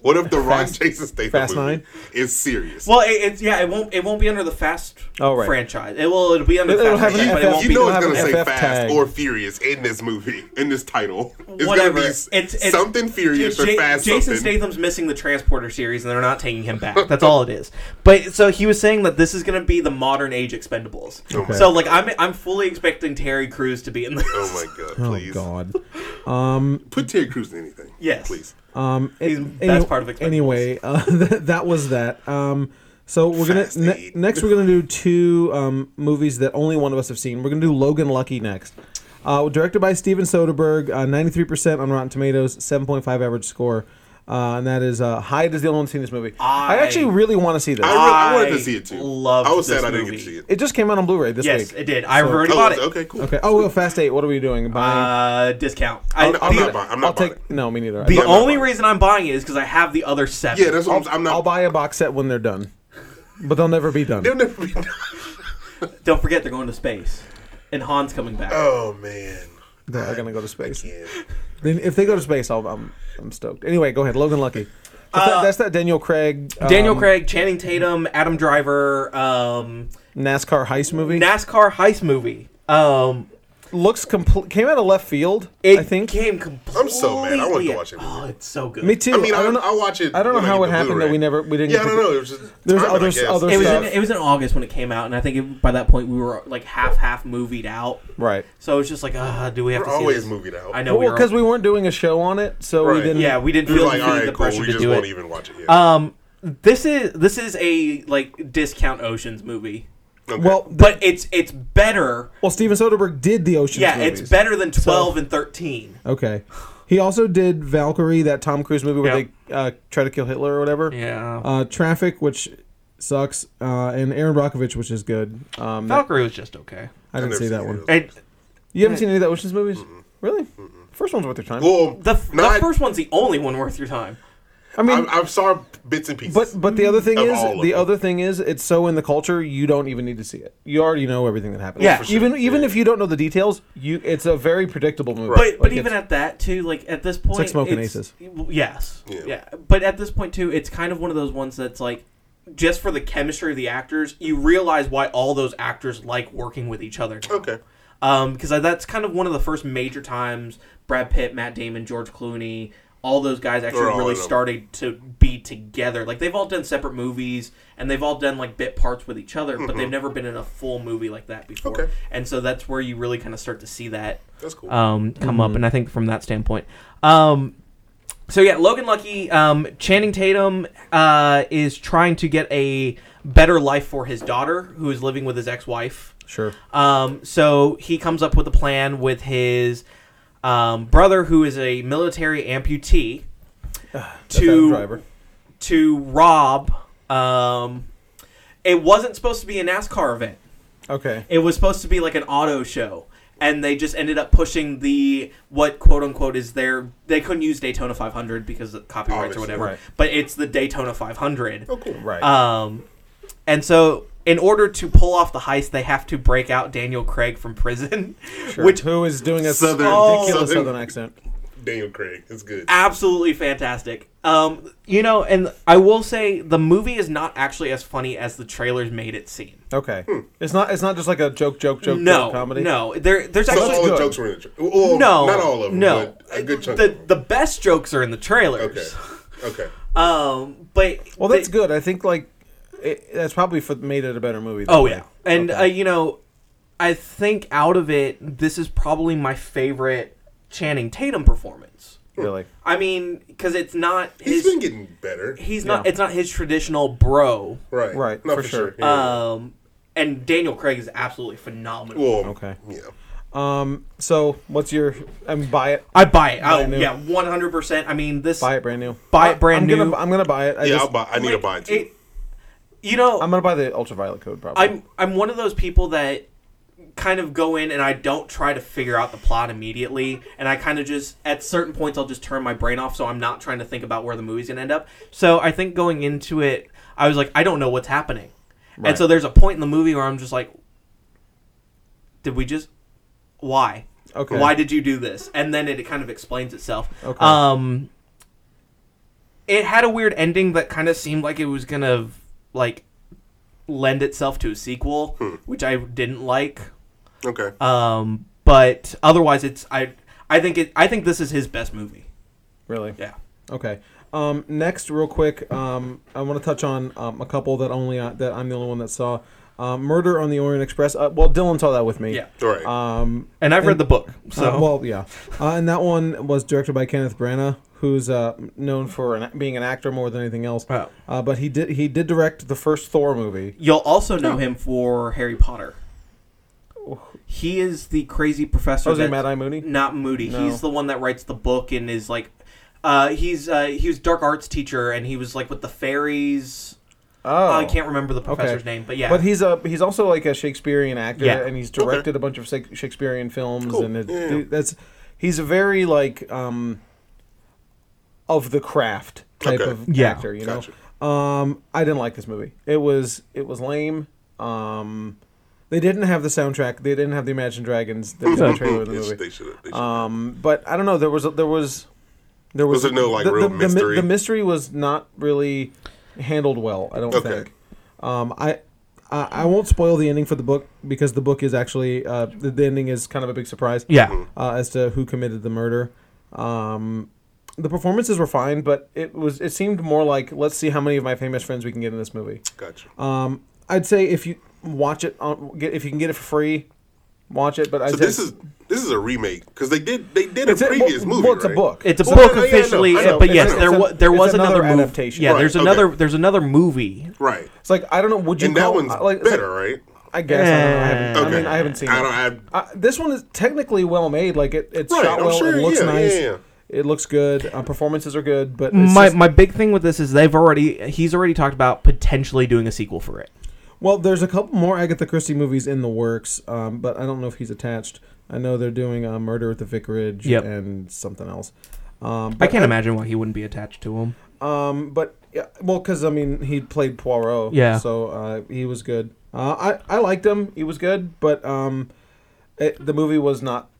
B: What if the Rock
A: Fast-
B: Jason Statham
A: Fast
B: movie
A: Nine?
B: is serious?
C: Well, it, it's yeah, it won't it won't be under the Fast
A: Oh, right.
C: franchise. It will it'll be under
A: It'll
C: the Fast
A: have an
C: franchise, but it
A: FF
C: won't
B: you
C: be
B: know
A: don't
B: it's
A: have
B: gonna
A: an
B: say
A: FF
B: fast
A: tag.
B: or furious in this movie, in this title. It's
C: Whatever.
B: gonna be
C: It's- it's-
B: something furious
C: Ja-
B: or fast
C: Jason
B: something.
C: Statham's missing the transporter series, and they're not taking him back. That's all it is. But so he was saying that this is going to be the modern age Expendables.
B: Okay.
C: So like I'm I'm fully expecting Terry Crews to be in this.
B: Oh my god,
A: oh
B: please.
A: god.
B: Put Terry Crews in anything.
C: Yes.
B: Please.
A: Um,
C: He's
A: an-
C: best part of Expendables.
A: Anyway, uh, that, that was that. Um, so we're gonna
B: Fast
A: ne-
B: eight.
A: next we're gonna do two um, movies that only one of us have seen. We're gonna do Logan Lucky next. Uh, directed by Steven Soderbergh, uh, 93% on Rotten Tomatoes, 7.5 average score. Uh, and that is uh, Hyde is the only one who's seen this movie. I,
C: I-
A: actually really want to see this.
B: I, really, I wanted
C: I
B: to see it too.
C: loved
B: I was
C: this
B: sad I didn't get
C: movie.
B: to see it.
A: it just came out on Blu-ray this
C: Yes,
A: week.
C: it did. I've
A: So-
C: already
B: Oh,
C: bought
B: it's-
C: it.
B: okay, cool.
A: Okay. Oh well, Fast Eight. What are we doing? Buying?
C: Uh, discount. I,
B: I'm
C: the
B: not buying. I'm not
A: I'll
B: buying.
A: take
B: it.
A: no, me neither.
C: the
B: I'm not
C: only
B: buying it.
C: reason I'm buying it is because I have the other seven.
B: Yeah, that's what I'm, I'm not.
A: I'll buy a box set when they're done, but they'll never be done.
B: They'll never be done.
C: Don't forget they're going to space, and Han's coming back.
B: Oh man.
A: They're gonna go to space.
B: Yeah.
A: Then if they go to space, I'll, I'm I'm stoked. Anyway, go ahead, Logan Lucky. That's,
B: Uh,
A: that, that's that Daniel Craig. um,
C: Daniel Craig, Channing Tatum, Adam Driver, um,
A: NASCAR heist movie.
C: NASCAR heist movie. Um,
A: Looks complete. Came out of left field.
C: it
A: I think.
C: came completely.
B: I'm so mad. I wanted to watch it.
C: Oh, it's so good.
A: Me too.
B: I mean, I,
A: don't know.
B: I watch it.
A: I don't know
B: when
A: how
B: get
A: it
B: the
A: happened that
B: Blu-ray.
A: we never we didn't.
B: Yeah,
A: get
B: I
A: to-
B: don't know. It was just
A: There's
B: timing, I
A: others-
B: guess.
A: others-
C: It was in,
A: stuff.
C: it was in August when it came out, and I think it, by that point we were like half half movied out.
A: Right.
C: So it's just like, ah, do we have
B: We're
C: to see
B: always
C: this?
B: movied out.
C: I know
A: Well,
C: we were.
A: because we weren't doing a show on it, so we
B: Right.
A: didn't.
C: yeah, we didn't
B: We were
C: feel
B: like, all
C: feel
B: right,
C: the
B: cool.
C: pressure
B: We
C: to
B: just
C: do
B: won't
C: it.
B: even watch it. Yeah.
C: Um, this is this is a like discount oceans movie,
B: Okay.
A: Well,
C: but it's it's better.
A: well, Steven Soderbergh did the Ocean's.
C: Yeah,
A: movies.
C: it's better than twelve and thirteen.
A: Okay. He also did Valkyrie, that Tom Cruise movie where
C: Yeah.
A: they uh, try to kill Hitler or whatever.
C: Yeah,
A: Uh, Traffic, which sucks, uh, and Aaron Brockovich, which is good. Um, that-
C: Valkyrie was just okay.
A: I didn't
B: I've never
A: see
B: seen
A: that
B: any
A: one.
B: of those.
C: And
A: You haven't seen any of the Ocean's movies? Really? First one's worth your time.
B: Well,
C: the, f- the
B: not-
C: first one's the only one worth your time.
A: I mean,
B: I, I saw bits and pieces.
A: but but the other thing
B: Of
A: is
B: all of
A: the
B: them.
A: other thing is it's so in the culture you don't even need to see it. You already know everything that happens.
C: Yeah. For sure.
A: Even even if you don't know the details, you it's a very predictable movie.
C: But but
A: Like,
C: even
A: it's-
C: at that too, like at this point,
A: like smoking aces.
C: Yes,
B: Yeah.
C: yeah. But at this point too, it's kind of one of those ones that's like, just for the chemistry of the actors, you realize why all those actors like working with each other. now.
B: okay,
C: Um, because that's kind of one of the first major times Brad Pitt, Matt Damon, George Clooney, all those guys actually
B: They're all
C: really
B: in 'em.
C: started to be together. Like they've all done separate movies and they've all done like bit parts with each other, but they've never been in a full movie like that before.
B: Mm-hmm. Okay.
C: And so that's where you really kind of start to see that
B: that's cool.
C: um, come up, and I think from that standpoint. Um, so yeah, Logan Lucky, um, Channing Tatum uh, is trying to get a better life for his daughter, who is living with his ex-wife.
A: sure.
C: Um, so he comes up with a plan with his um, brother, who is a military amputee,
A: That's Adam Driver.
C: to to rob. Um, it wasn't supposed to be a NASCAR event.
A: Okay.
C: It was supposed to be like an auto show, and they just ended up pushing the what quote unquote is their they couldn't use Daytona 500 because of copyrights
B: Obviously,
C: or whatever.
A: right.
C: But it's the Daytona 500.
B: oh, cool.
A: Right.
C: Um, and so in order to pull off the heist, they have to break out Daniel Craig from prison,
A: Sure.
C: which Oh.
A: who is doing a
B: Southern-
A: ridiculous
B: Southern-
A: southern accent?
B: Daniel Craig, it's good.
C: absolutely fantastic. Um, you know, and I will say the movie is not actually as funny as the trailers made it seem.
A: Okay.
B: Hmm.
A: It's not it's not just like a joke joke joke
C: No,
A: joke comedy.
C: no, there, there's
B: so
C: actually
B: all
A: good.
B: the jokes were in the. Tra- well,
C: no,
B: not all of them.
C: No,
B: but a good chunk.
C: The
B: of
C: the
B: them.
C: best jokes are in the trailers.
B: okay, okay.
C: Um, but
A: Well, that's
C: they-
A: good. I think like it, that's probably for, made it a better movie. that
C: Oh
A: way.
C: yeah, and
A: Okay.
C: uh, you know, I think out of it, this is probably my favorite Channing Tatum performance.
A: really.
C: I mean, because it's not
B: He's
C: his.
B: been getting better.
C: he's not.
A: Yeah.
C: It's not his traditional bro.
B: right,
A: Right,
B: No,
A: for
B: for,
A: sure.
B: sure. Yeah.
C: Um, and Daniel Craig is absolutely phenomenal.
B: well,
A: Okay.
B: Yeah.
A: Um. So, what's your? I mean, buy it.
C: I buy it. Oh
A: Brand new.
C: yeah, one hundred percent. I mean, this
A: Buy it brand new.
C: Buy it brand
A: I'm
C: new.
A: Gonna, I'm gonna buy it. I
B: Yeah,
A: just,
B: I'll buy, I need to buy it too.
C: it- you know,
A: I'm gonna buy the ultraviolet code probably.
C: I'm I'm one of those people that kind of go in and I don't try to figure out the plot immediately and I kind of just at certain points I'll just turn my brain off so I'm not trying to think about where the movie's going to end up. So I think going into it I was like I don't know what's happening.
A: Right.
C: And so there's a point in the movie where I'm just like, did we just why?
A: Okay.
C: Why did you do this? And then it kind of explains itself.
A: Okay.
C: Um it had a weird ending that kind of seemed like it was going to like lend itself to a sequel, which I didn't like.
B: Okay.
C: Um but otherwise it's I I think it I think this is his best movie.
A: Really?
C: Yeah.
A: Okay. Um, next, real quick, um, I want to touch on um, a couple that only I, that I'm the only one that saw. Um, Murder on the Orient Express. Uh, well, Dylan saw that with me.
C: Yeah.
B: All right.
A: Um,
C: And I've read the book. So
A: so well, yeah. Uh, and that one was directed by Kenneth Branagh, who's uh, known for an, being an actor more than anything else.
C: Wow.
A: Uh, but he did he did direct the first Thor movie.
C: You'll also know him for Harry Potter. He is the crazy professor.
A: Oh, is he
C: that-
A: Mad Eye Moody?
C: Not Moody.
A: No.
C: He's the one that writes the book and is like, uh, he's uh, he was dark arts teacher and he was like with the fairies.
A: Oh,
C: I can't remember the professor's name, but yeah.
A: But he's a he's also like a Shakespearean actor,
C: Yeah.
A: and he's directed a bunch of Shak- Shakespearean films,
B: Cool.
A: and it,
B: Yeah.
A: dude, that's he's a very like um of the craft type
B: Okay.
A: of
D: Yeah.
A: actor, you
B: Gotcha.
A: know. Um, I didn't like this movie. It was it was lame. Um, they didn't have the soundtrack. They didn't have the Imagine Dragons. They did a trailer of the
B: Yes,
A: movie.
B: they should. They should.
A: Um, but I don't know. There was there was there was,
B: Was it no, like, real
A: mi-
B: mystery?
A: The, mystery was not really handled well. I don't
B: Okay.
A: think. Um, I, I I won't spoil the ending for the book because the book is actually uh, the, the ending is kind of a big surprise.
C: yeah,
B: Mm-hmm.
A: Uh, as to who committed the murder. Um, the performances were fine, but it was it seemed more like let's see how many of my famous friends we can get in this movie.
B: gotcha.
A: Um, I'd say if you watch it on get if you can get it for free, watch it. But I'd
B: so
A: say
B: this is this is a remake because they did they did a
A: it's a-
B: previous
A: well,
B: movie.
A: well, it's a
B: right?
A: book.
C: it's a
B: Well,
C: book
B: no, yeah, I know,
C: officially. uh,
B: I know,
C: but
B: I
C: yes,
B: know.
C: there
A: It's
C: was
A: a-
C: there
A: it's
C: was
A: another
C: another, movie.
A: adaptation.
C: Yeah,
B: Right,
C: there's
B: okay.
C: another there's another movie.
B: right?
A: It's like I don't know. Would you
B: And
A: call
B: that one's
A: I- like, it's like-
B: better, right?
A: I guess I, don't know. I haven't.
B: Okay.
A: I mean, I haven't seen.
B: I
A: it.
B: don't. I,
A: Uh, this one is technically well made. Like it, it's
B: Right,
A: shot
B: I'm
A: well.
B: sure,
A: it looks
B: yeah, yeah,
A: nice.
B: yeah.
A: It looks good. Uh, performances are good, but it's
C: My
A: just-
C: my big thing with this is they've already he's already talked about potentially doing a sequel for it.
A: well, there's a couple more Agatha Christie movies in the works, um, but I don't know if he's attached. I know they're doing uh, Murder at the Vicarage
C: Yep.
A: and something else. Um,
C: I
A: but,
C: can't imagine why he wouldn't be attached to him.
A: Um, but yeah, well, because I mean, he played Poirot.
C: Yeah.
A: So uh, he was good. Uh, I I liked him. He was good, but um, it, the movie was not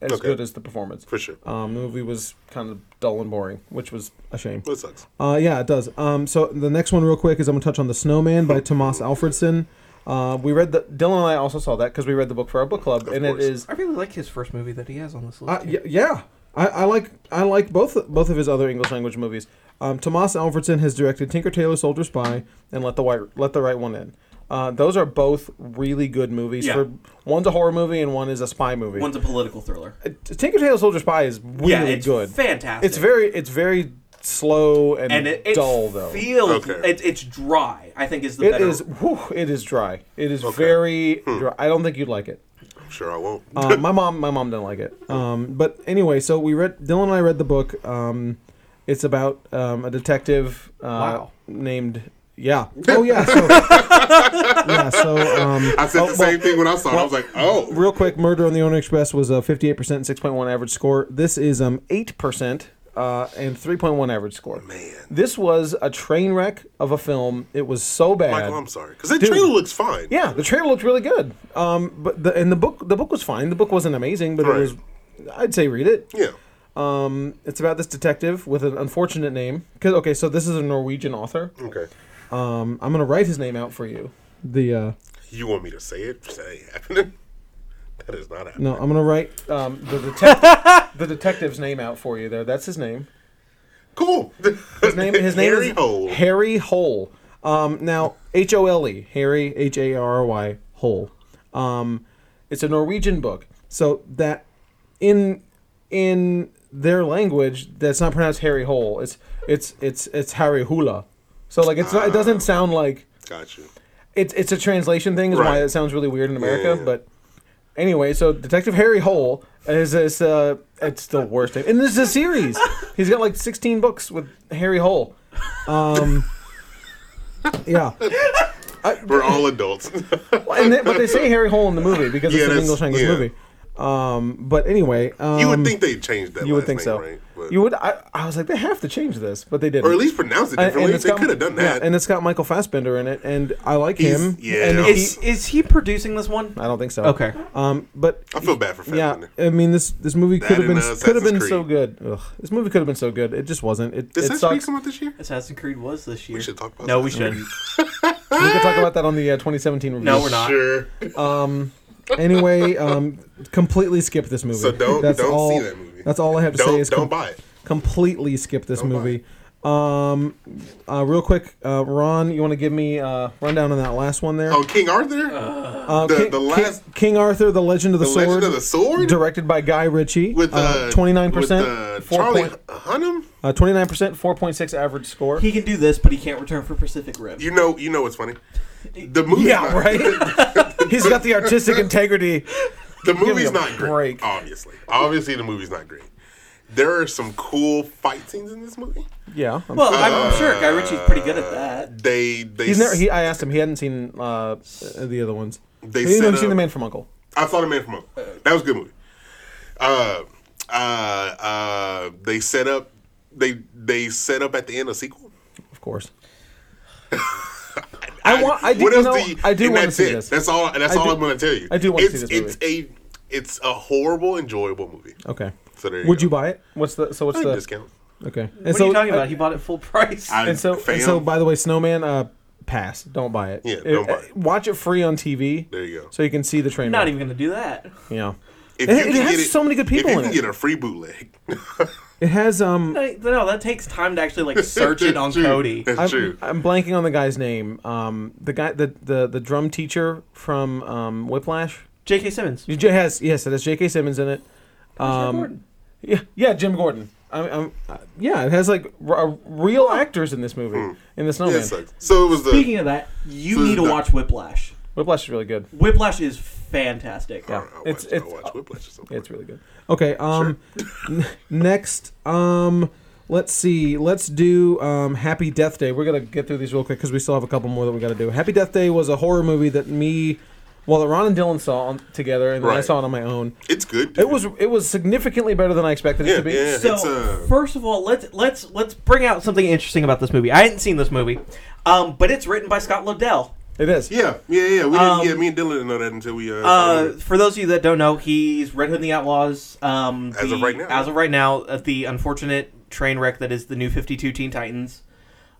A: as
B: Okay.
A: good as the performance.
B: for sure.
A: Um, the movie was kind of dull and boring, which was a shame.
B: That sucks.
A: Uh, yeah, it does. Um, so the next one, real quick, is I'm gonna touch on the Snowman by Tomas Alfredson. Uh, we read the Dylan and I also saw that because we read the book for our book club,
B: Of
A: and
B: course.
A: it is
C: I really like his first movie that he has on this list.
A: uh, y- yeah, I, I like I like both both of his other English language movies. Um, Tomas Alfredson has directed Tinker Tailor Soldier Spy and Let the White Let the Right One In. Uh, those are both really good movies.
C: Yeah.
A: For one's a horror movie and one is a spy movie.
C: One's a political thriller.
A: Uh, Tinker Tailor Soldier Spy is really
C: yeah, it's
A: good.
C: fantastic.
A: It's very it's very slow and,
C: and it, it
A: dull though.
C: feels
B: Okay.
C: it, it's dry. I think is the
A: It
C: better.
A: is whew, it is dry. It is very dry. I don't think you'd like it.
B: I'm sure I won't.
A: Uh, my mom my mom didn't like it. Um, but anyway, so we read Dylan and I read the book. Um, it's about um, a detective uh,
C: Wow.
A: named yeah. Oh yeah. So, yeah. So um,
B: I said
A: oh,
B: the
A: well,
B: same thing when I saw it. I was like, oh,
A: Real quick, Murder on the Orient Express was a 58% 6.1 average score. This is um 8% uh, and 3.1 average score.
B: Man.
A: This was a train wreck of a film. It was so bad.
B: Michael, I'm sorry because that trailer looks fine.
A: Yeah, the trailer looked really good. Um, but the and the book the book was fine. The book wasn't amazing, but
B: Right.
A: it was. I'd say read it.
B: yeah.
A: Um, it's about this detective with an unfortunate name. 'Cause- okay, so this is a Norwegian author.
B: Okay.
A: Um, I'm gonna write his name out for you. The uh,
B: You want me to say it? Say it happening? That is not happening.
A: no, I'm gonna write um, the detective the detective's name out for you. There, that's his name.
B: Cool.
A: His name. His name
B: Harry
A: is
B: Hole.
A: Harry Hole. Um, now H O L E Harry H A R R Y Hole. Um, it's a Norwegian book, so that in in their language, that's not pronounced Harry Hole. It's it's it's it's Harry Hula. So like it's not, it
B: Ah.
A: doesn't sound like
B: Got you.
A: it's it's a translation thing is why
B: Right.
A: it sounds really weird in America.
B: Yeah, yeah, yeah.
A: But anyway, so Detective Harry Hole is this uh it's the worst name. And this is a series. He's got like sixteen books with Harry Hole. Um Yeah.
B: We're all adults.
A: Well, And they, but they say Harry Hole in the movie because
B: Yeah,
A: it's an
B: that's-
A: English language
B: yeah.
A: movie. Um but anyway, um
B: you would think they changed that.
A: you would
B: last
A: think
B: name,
A: so.
B: Right? But but
A: You would. I, I was like, they have to change this, but they didn't.
B: or at least pronounce it
A: And-
B: differently.
A: and it's
B: they
A: got-
B: could have done that.
A: Yeah, and it's got Michael Fassbender in it, and I like
B: He's-
A: him.
B: yeah,
A: and he-
C: Is is he producing this one?
A: I don't think so.
C: Okay.
A: Um, but
B: I feel bad for
A: yeah,
B: Fassbender.
A: I mean this this movie could have
B: and,
A: been
B: uh,
A: could have been
B: Assassin's
A: so
B: Creed.
A: good. Ugh, this movie could have been so good. It just wasn't. It,
B: Does
A: it
B: that
A: sucks.
B: come out this year?
C: Assassin's Creed was this year.
B: We should talk about
C: No, we
B: Assassin's
C: shouldn't.
A: we could talk about that on the uh, 2017 review.
C: No, we're not.
B: Sure.
A: Um, anyway, um, completely skip this movie.
B: So don't-
A: that's
B: don't see
A: all,
B: that movie.
A: That's all I have to say
B: Don't
A: is
B: don't
A: com-
B: buy it.
A: completely skip this
B: Don't buy
A: movie. Um, uh, real quick, uh, Ron, you want to give me uh, rundown on that last one there?
B: Oh, King Arthur,
A: Uh,
B: the-
A: King,
B: the
A: King-
B: last-
A: King Arthur, the Legend of the,
B: the
A: Sword,
B: Legend of the Sword,
A: directed by Guy Ritchie,
B: with uh,
A: twenty nine
B: with, uh,
A: percent,
B: Charlie Hunnam.
A: twenty nine percent, four point six average score.
D: He can do this, but he can't return for Pacific Rim.
B: You know, you know what's funny? The movie's
A: yeah,
B: not,
A: right. He's got the artistic integrity.
B: The movie's
A: a
B: not great.
A: break.
B: Obviously, obviously, the movie's not great. There are some cool fight scenes in this movie.
A: Yeah, I'm-
C: Well,
B: uh,
C: I'm sure Guy Ritchie's pretty good at that.
B: They, they,
A: he's never.
B: s-
A: He, I asked him. He hadn't seen uh, the other ones.
B: They uh,
A: he
B: set
A: hadn't seen
B: up-
A: the Man from Uncle.
B: I saw the Man from Uncle. That was a good movie. Uh, uh, uh, they set up. They they set up at the end a sequel.
A: Of course. I want. I do
B: what else
A: know.
B: do you?
A: I do
B: and
A: want to
B: that's
A: see
B: it.
A: this.
B: That's all. That's
A: I
B: all
A: do-
B: I'm going to tell you.
A: I do wanna see
B: It's-
A: this
B: It's a it's a horrible, enjoyable movie.
A: Okay.
B: So there you
A: Would
B: go.
A: you buy it? What's the? So what's
B: I
A: the?
B: discount?
A: Okay. And
C: What
A: so,
C: are you talking
A: uh,
C: about? He bought it full price.
B: I,
A: And so, and
B: fam,
A: so, by the way, Snowman, uh, pass. Don't buy it.
B: Yeah,
A: It-
B: don't buy
A: uh,
B: it.
A: Watch it free on TV.
B: There you go.
A: So you can see the train.
C: I'm not
A: wreck.
C: even gonna do that.
A: Yeah.
B: if
A: it-
B: you
A: it
B: can
A: has
B: get
A: so many good people
B: If you
A: in
B: can
A: it.
B: get a free bootleg,
A: It has um.
C: No, no, that takes time to actually like search it on
B: True.
C: Cody.
B: That's
A: I'm,
B: true.
A: I'm blanking on the guy's name. Um, the guy, the the, the drum teacher from um, Whiplash.
C: J.K. Simmons.
A: J- Yes, yes, it has J.K. Simmons in it.
C: Commissioner
A: Um,
C: Gordon.
A: Yeah, yeah, Jim Gordon. I'm, I'm, uh, yeah, it has like r- uh, real actors in this movie. In the
B: Yeah,
A: Snowman,
B: it sucks. So it was the.
D: Speaking of that, you
B: So
D: need to
B: the-
D: watch Whiplash.
A: Whiplash is really good.
D: Whiplash is fantastic.
A: Yeah,
B: I'll
A: it's
B: watch,
A: it's
B: I'll watch Whiplash or something.
A: It's really good. Okay. Um, n- next, um, let's see. Let's do um, Happy Death Day. We're gonna get through these real quick because we still have a couple more that we gotta do. Happy Death Day was a horror movie that me, well, that Ron and Dylan saw on, together, and then I
B: Right.
A: saw it on my own.
B: It's good. dude.
A: It was it was significantly better than I expected it
B: Yeah,
A: to be.
B: yeah.
C: So
B: it's, uh,
C: first of all, let's let's let's bring out something interesting about this movie. I hadn't seen this movie, um, but it's written by Scott Lobdell.
A: It is.
B: Yeah, yeah, yeah. We didn't,
C: Um,
B: yeah, me and Dylan didn't know that until we. Uh,
C: Uh,
B: started.
C: for those of you that don't know, he's Red Hood and the Outlaws. Um,
B: As
C: the-
B: of right now.
C: as of right now, of the unfortunate train wreck that is the New Fifty Two Teen Titans.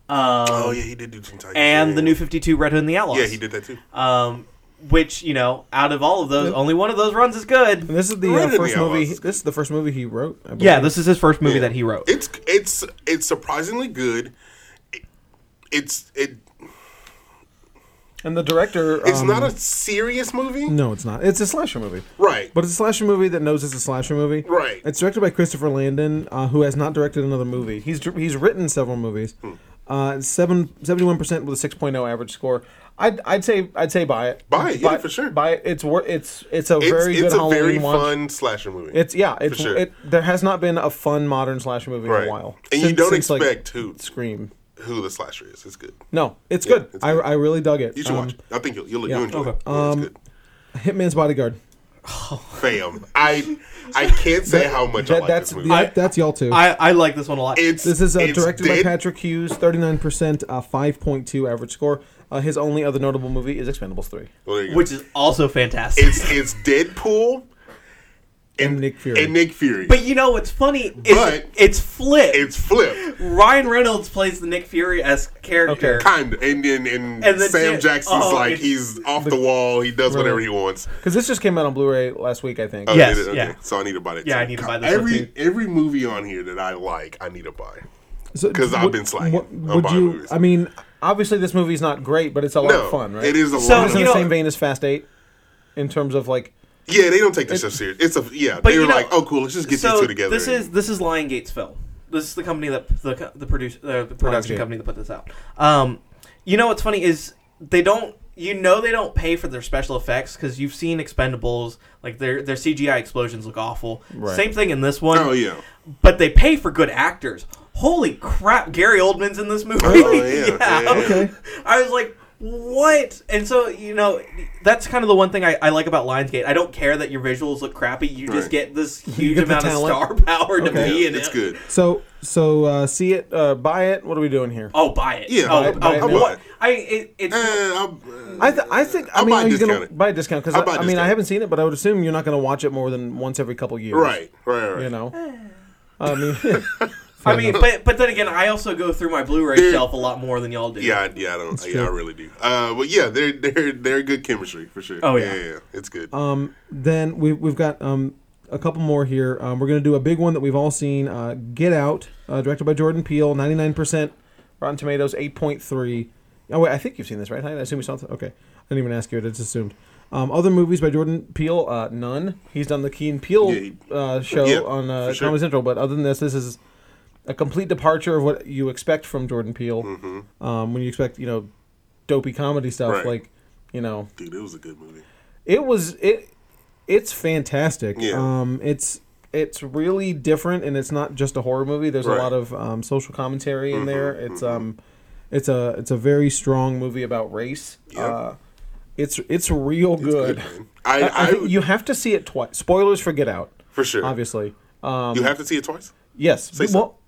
C: Um,
B: oh yeah, he did do Teen Titans.
C: and
B: yeah,
C: the New Fifty Two Red Hood and the Outlaws.
B: Yeah, he did that too.
C: Um, which you know, out of all of those, only one of those runs is good.
A: And this is the
B: Right
A: uh,
B: in the
A: first movie.
B: eyes.
A: This is the first movie he wrote. I believe.
C: Yeah, this is his first movie that he wrote.
B: It's it's it's surprisingly good. It- It's it
A: and the director.
B: it's
A: um,
B: not a serious movie,
A: No, it's not. It's a slasher movie.
B: right?
A: But it's a slasher movie that knows it's a slasher movie.
B: Right.
A: It's directed by Christopher Landon, uh, who has not directed another movie. He's dir- he's written several movies.
B: Hmm.
A: Uh, seven, 71% with a 6.0 average score. I'd, I'd say I'd say buy it.
B: Buy it, yeah, for sure.
A: Buy it. It's wor- it's it's a
B: it's
A: very
B: it's
A: good
B: a
A: Halloween
B: very
A: watch.
B: fun slasher movie.
A: It's yeah, it's
B: sure.
A: it, there has not been a fun modern slasher movie in
B: right.
A: a while.
B: And you
A: Since-
B: don't
A: since, like,
B: expect who
A: Scream.
B: who the slasher is. It's good.
A: No, it's
B: Yeah,
A: good.
B: it's
A: I,
B: good.
A: I really dug it.
B: You should
A: Um,
B: watch. It. I think you'll you'll,
A: yeah.
B: you'll enjoy it.
C: Okay.
B: Yeah, it's
A: Um,
B: good.
A: Hitman's Bodyguard.
B: Fam, I I can't say how much I
A: That,
B: like
A: that's
B: this movie.
A: the,
C: I-
A: that's y'all too.
C: I, I like this one a lot.
B: it's
A: This is uh,
B: it's
A: directed by
B: dead-
A: Patrick Hughes, 39%, uh, 5.2 average score. Uh, his only other notable movie is Expendables 3.
B: Well, there you go.
C: which is also fantastic.
B: it's it's Deadpool
A: And Nick Fury.
B: And Nick Fury.
C: But you know what's funny? It's,
B: But-
C: it's flipped.
B: it's Flip.
C: Ryan Reynolds plays the Nick Fury esque character.
A: Okay.
B: Kind of, and then and,
C: And the
B: Sam
C: dude-
B: Jackson's
C: oh,
B: like
C: it's-
B: he's off the, wall. He does whatever he wants.
A: Because this just came out on Blu ray last week, I think.
B: Oh,
C: Yes,
B: did it?
C: yeah.
B: So I need to buy it.
C: Yeah,
B: too.
C: I need to buy this one,
B: every
C: too.
B: every movie on here that I like. I need to buy.
A: So
B: 'Cause I've
A: would-
B: been slacking
A: what-
B: on
A: Would
B: buying
A: you,
B: movies.
A: I mean, obviously this movie's not great, but it's a lot
B: No,
A: of fun, right?
B: it is a
C: So,
B: lot.
A: It's
B: Of,
A: in
C: You
A: the
C: know-
A: same vein as Fast 8 in terms of like.
B: yeah, they don't take this stuff serious. It's a yeah. They
C: you
B: were
C: know-
B: like, oh cool, let's just get these
C: so
B: two together.
C: this is this is Lion Gates film. This is the company that the co- the producer uh, the production
A: Gate.
C: company that put this out. Um, you know what's funny is they don't. You know they don't pay for their special effects because you've seen Expendables. Like their their CGI explosions look awful.
A: Right.
C: Same thing in this one.
B: oh yeah.
C: But they pay for good actors. Holy crap! Gary Oldman's in this movie.
B: Oh, yeah, yeah, yeah.
A: Okay.
C: I was like, what? And so you know, that's kind of the one thing I, I like about Lionsgate. I don't care that your visuals look crappy. You just
B: Right.
C: get this huge
A: get the
C: amount of star
A: talent.
C: power to
A: Okay.
C: be in
B: it's
C: it.
B: good.
A: So so uh, see it, uh, buy it. What are we doing here?
C: Oh, buy it.
B: Yeah,
C: Oh,
B: buy
A: it, buy it
C: oh,
A: now.
C: what? I it, it's
B: Eh, I'll-
A: I, th- I think I
B: I'll
A: mean
B: buy
A: are you gonna
B: discounted.
A: buy a discount because I,
B: I'll buy
A: I mean I
B: discounted.
A: haven't seen it, but I would assume you're not gonna watch it more than once every couple years,
B: right, right, right.
A: You know, I mean,
C: I mean, but but then again, I also go through my Blu-ray shelf a lot more than y'all do.
B: Yeah, I- yeah, I don't. Yeah, I
A: true.
B: really do. Uh, but yeah, they're they're they're good chemistry for sure.
C: Oh, yeah.
B: yeah, yeah, it's good.
A: um, then we we've got um a couple more here. Um, we're gonna do a big one that we've all seen. Uh, Get Out, uh, directed by Jordan Peele, ninety nine percent Rotten Tomatoes, eight point three. Oh wait, I think you've seen this, right? I assume you saw it. Okay, I didn't even ask you. I just assumed. Um, other movies by Jordan Peele, uh, none. He's done the Keen Peele
B: Yeah, he-
A: uh, show
B: Yeah,
A: on uh,
B: for sure.
A: Comedy Central, but other than this, this is a complete departure of what you expect from Jordan Peele. Um, when you expect, you know, dopey comedy stuff
B: Mm-hmm. Right.
A: like, you know,
B: Dude, it was a good movie.
A: it was it. It's fantastic.
B: Yeah.
A: Um, it's it's really different, and it's not just a horror movie. There's
B: Right. Mm-hmm,
A: a lot of um, social commentary in there. It's um, it's a it's a very strong movie about race.
B: Yeah.
A: Uh, it's it's real
B: It's
A: good.
B: man. I,
A: I, I
B: I,
A: think you have to see it twice. Spoilers for Get Out,
B: for sure.
A: obviously. Um,
B: you have to see it twice.
A: Yes.
B: Say so.
A: well,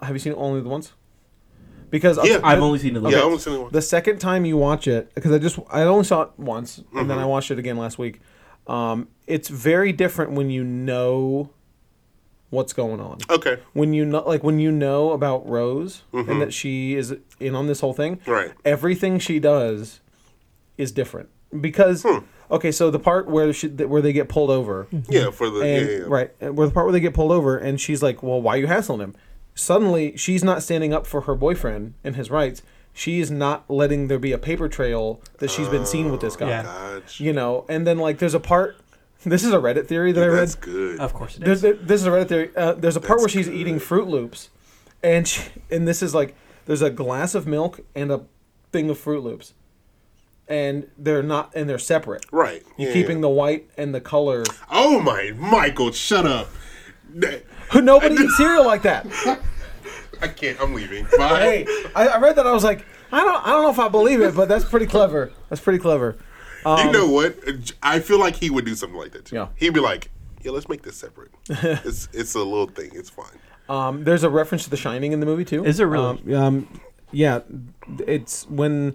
A: uh, have you seen it only the once? Because uh,
B: Yeah.
D: I've only seen it.
B: Yeah, I
D: once.
B: only seen it once.
A: the second time you watch it, because I just I only saw it once, and then I watched it again last week. Um, it's very different when you know what's going on.
B: Okay,
A: When you know, like when you know about Rose and that she is in on this whole thing,
B: Right.
A: Everything she does is different because okay, so the part where she where they get pulled over,
B: yeah, for the
A: and
B: yeah, yeah.
A: right and where the part where they get pulled over and she's like well why are you hassling him suddenly she's not standing up for her boyfriend and his rights she is not letting there be a paper trail that she's been seen with this guy
C: Yeah.
B: Gotcha.
A: you know and then like there's a part this is a reddit theory that i read
B: That's good.
C: of course it
A: there's
C: is.
A: a, this is a Reddit theory. Uh, there's a part where
B: That's
A: she's
B: good.
A: eating Fruit Loops, and she, and this is like there's a glass of milk and a thing of Fruit Loops, and they're not and they're separate.
B: Right.
A: You're
B: Yeah,
A: keeping
B: yeah.
A: the white and the color.
B: Oh my, Michael, shut up. That-
A: Nobody eats cereal like that.
B: I can't. I'm leaving. Bye.
A: hey, I, I read that. I was like, I don't, I don't know if I believe it, but that's pretty clever. That's pretty clever.
B: you know what? I feel like he would do something like that. Too.
A: um, Yeah.
B: He'd be like, "Yeah, let's make this separate. it's it's a little thing. It's fine."
A: Um, there's a reference to The Shining in the movie too.
C: Is there
A: Um,
C: really?
A: um, yeah, it's when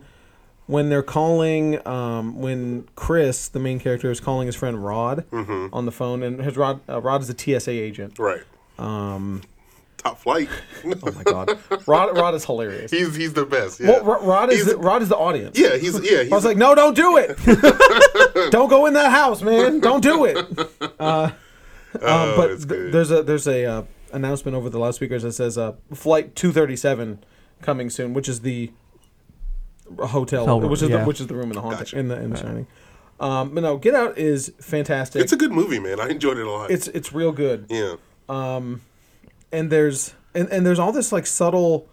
A: when they're calling um, when Chris, the main character, is calling his friend Rod
B: Mm-hmm.
A: on the phone, and his Rod uh, Rod is a TSA agent.
B: Right. Um. Top flight.
A: Oh my god, Rod Rod is hilarious.
B: he's he's the best. Yeah.
A: Well, Ro- Rod is
B: He's-
A: the, Rod is the audience.
B: yeah. He's yeah. He's,
A: I was like, no, don't do it. don't go in that house, man. Don't do it. Um,
B: oh,
A: but
B: that's
A: th-
B: good.
A: there's a there's a uh, announcement over the loudspeakers that says uh, flight 237 coming soon, which is the hotel,
C: Hotel room,
A: which is
C: yeah.
A: the which is the room in the haunted
B: Gotcha.
A: in the in the shining. Um, but no, Get Out is fantastic.
B: it's a good movie, man. I enjoyed it a lot.
A: it's it's real good,
B: yeah.
A: and there's and, and there's all this like subtle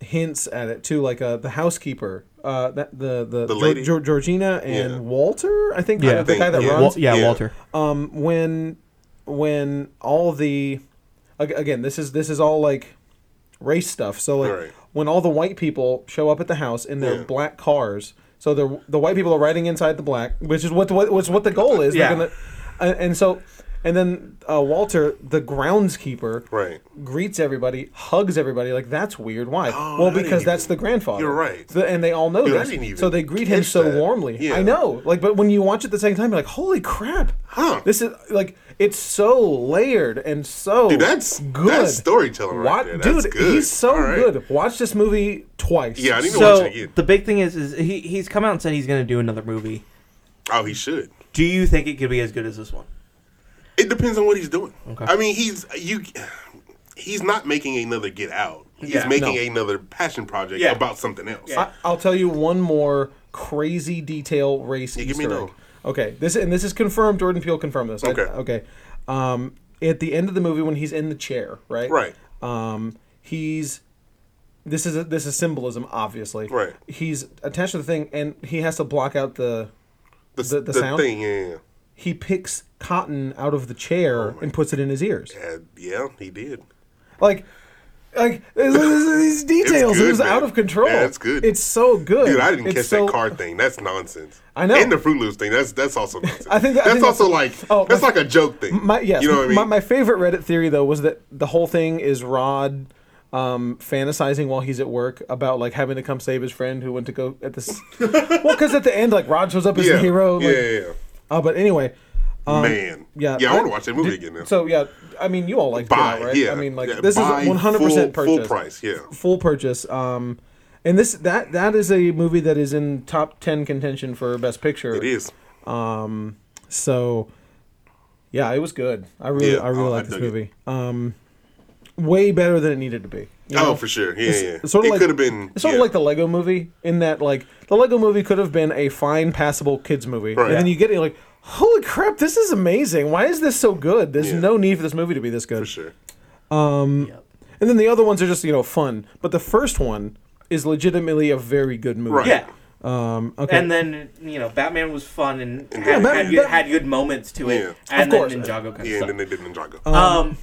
A: hints at it too, like uh, the housekeeper. Uh, that the the,
B: The
A: Geor-
B: lady.
A: Geor- Georgina and
B: Yeah.
A: Walter, I think, the, the guy that
B: Yeah.
A: runs.
B: Wal- yeah, Yeah. Walter.
A: um, when when all the ag- again this is this is all like race stuff so like
B: Right.
A: when all the white people show up at the house in their
B: Yeah.
A: black cars so the the white people are riding inside the black which is what the, what, which is what the goal is
C: Yeah.
A: They're gonna, and, and so and then uh, Walter the groundskeeper
B: Right.
A: greets everybody hugs everybody like that's weird why
B: Oh, I
A: well
B: didn't
A: because that's
B: even-
A: the grandfather
B: You're right.
A: The- and they all know
B: Dude, I
A: this
B: didn't even
A: so they greet him
B: catch
A: so
B: that.
A: warmly
B: Yeah.
A: I know like but when you watch it the second time you're like holy crap
B: Huh.
A: this is like it's so layered and so
B: Dude, that's
A: good
B: That's storytelling right
A: Wa-
B: there. That's
A: dude,
B: good.
A: he's so
B: All right.
A: good. Watch this movie twice.
B: Yeah, I need to watch
C: So
B: it again.
C: the big thing is, is he he's come out and said he's going to do another movie.
B: Oh, he should.
C: Do you think it could be as good as this one?
B: It depends on what he's doing.
C: Okay.
B: I mean, he's you. He's not making another Get Out. He's
C: Yeah.
B: making
A: No.
B: another passion project
C: Yeah.
B: about something else.
C: Yeah.
A: I, I'll tell you one more crazy detail race
B: Yeah,
A: Easter
B: give me
A: egg.
B: no.
A: Okay, this and this is confirmed. Jordan Peele confirmed this. I-
B: Okay.
A: okay. Um, at the end of the movie, when he's in the chair, right?
B: Right.
A: Um, he's this is a, this is symbolism, obviously.
B: Right.
A: He's attached to the thing, and he has to block out the
B: The,
A: The- the
B: the
A: sound?
B: thing, yeah, yeah.
A: he picks
B: Oh Uh,
A: cotton out of the chair and puts it in his ears.
B: Yeah, yeah, he did.
A: Like Like there's- there's these details,
B: good,
A: it was
B: man.
A: out of control.
B: Yeah, it's good.
A: It's so good.
B: Dude, I didn't
A: It's
B: catch
A: so-
B: that card thing. That's nonsense.
A: I know.
B: And the Fruit Loops thing. That's that's also nonsense.
A: I think that- I
B: that's
A: think that's-
B: also like
A: oh,
B: that's
A: my-
B: like a joke thing.
A: My yes,
B: you know what I mean.
A: my, my favorite Reddit theory though was that the whole thing is Rod um, fantasizing while he's at work about like having to come save his friend who went to go at this. well, because at the end, like Rod shows up as
B: yeah.
A: the hero. Like,
B: yeah, yeah, yeah.
A: Oh, but anyway,
B: Man.
A: yeah.
B: Yeah, I, want to watch that movie again now.
A: So yeah, I mean, you all like Get
B: buy.
A: Out, right?
B: Yeah.
A: I mean, like
B: yeah,
A: this is
B: buy
A: one hundred percent
B: full-
A: purchase,
B: Full price. Yeah.
A: full purchase. Um, and this that that is a movie that is in top ten contention for best picture.
B: It is.
A: So, yeah, it was good. I really,
B: Yeah,
A: I really
B: oh, I
A: liked this
B: dug it.
A: movie. Um, way better than it needed to be. you know?
B: Oh, for sure. Yeah, yeah.
A: It's sort of
B: it
A: like-
B: could have been.
A: It's sort
B: yeah.
A: of like the Lego Movie in that, like, the Lego Movie could have been a fine, passable kids movie,
B: Right.
A: and then
B: Yeah.
A: you get it you're like, holy crap, this is amazing. Why is this so good? There's
B: Yeah.
A: no need for this movie to be this good.
B: for sure.
A: Mm.
C: Yep.
A: And then the other ones are just you know fun, but the first one is legitimately a very good movie.
B: Right.
C: Yeah.
A: Um, okay.
C: And then you know, Batman was fun and had,
B: then-
C: had, good,
A: Batman-
C: had good moments to it.
B: Yeah. Of
C: And
A: course.
C: then Ninjago kind
B: Yeah,
C: of
B: and then they did Ninjago.
A: Uh,
C: Um,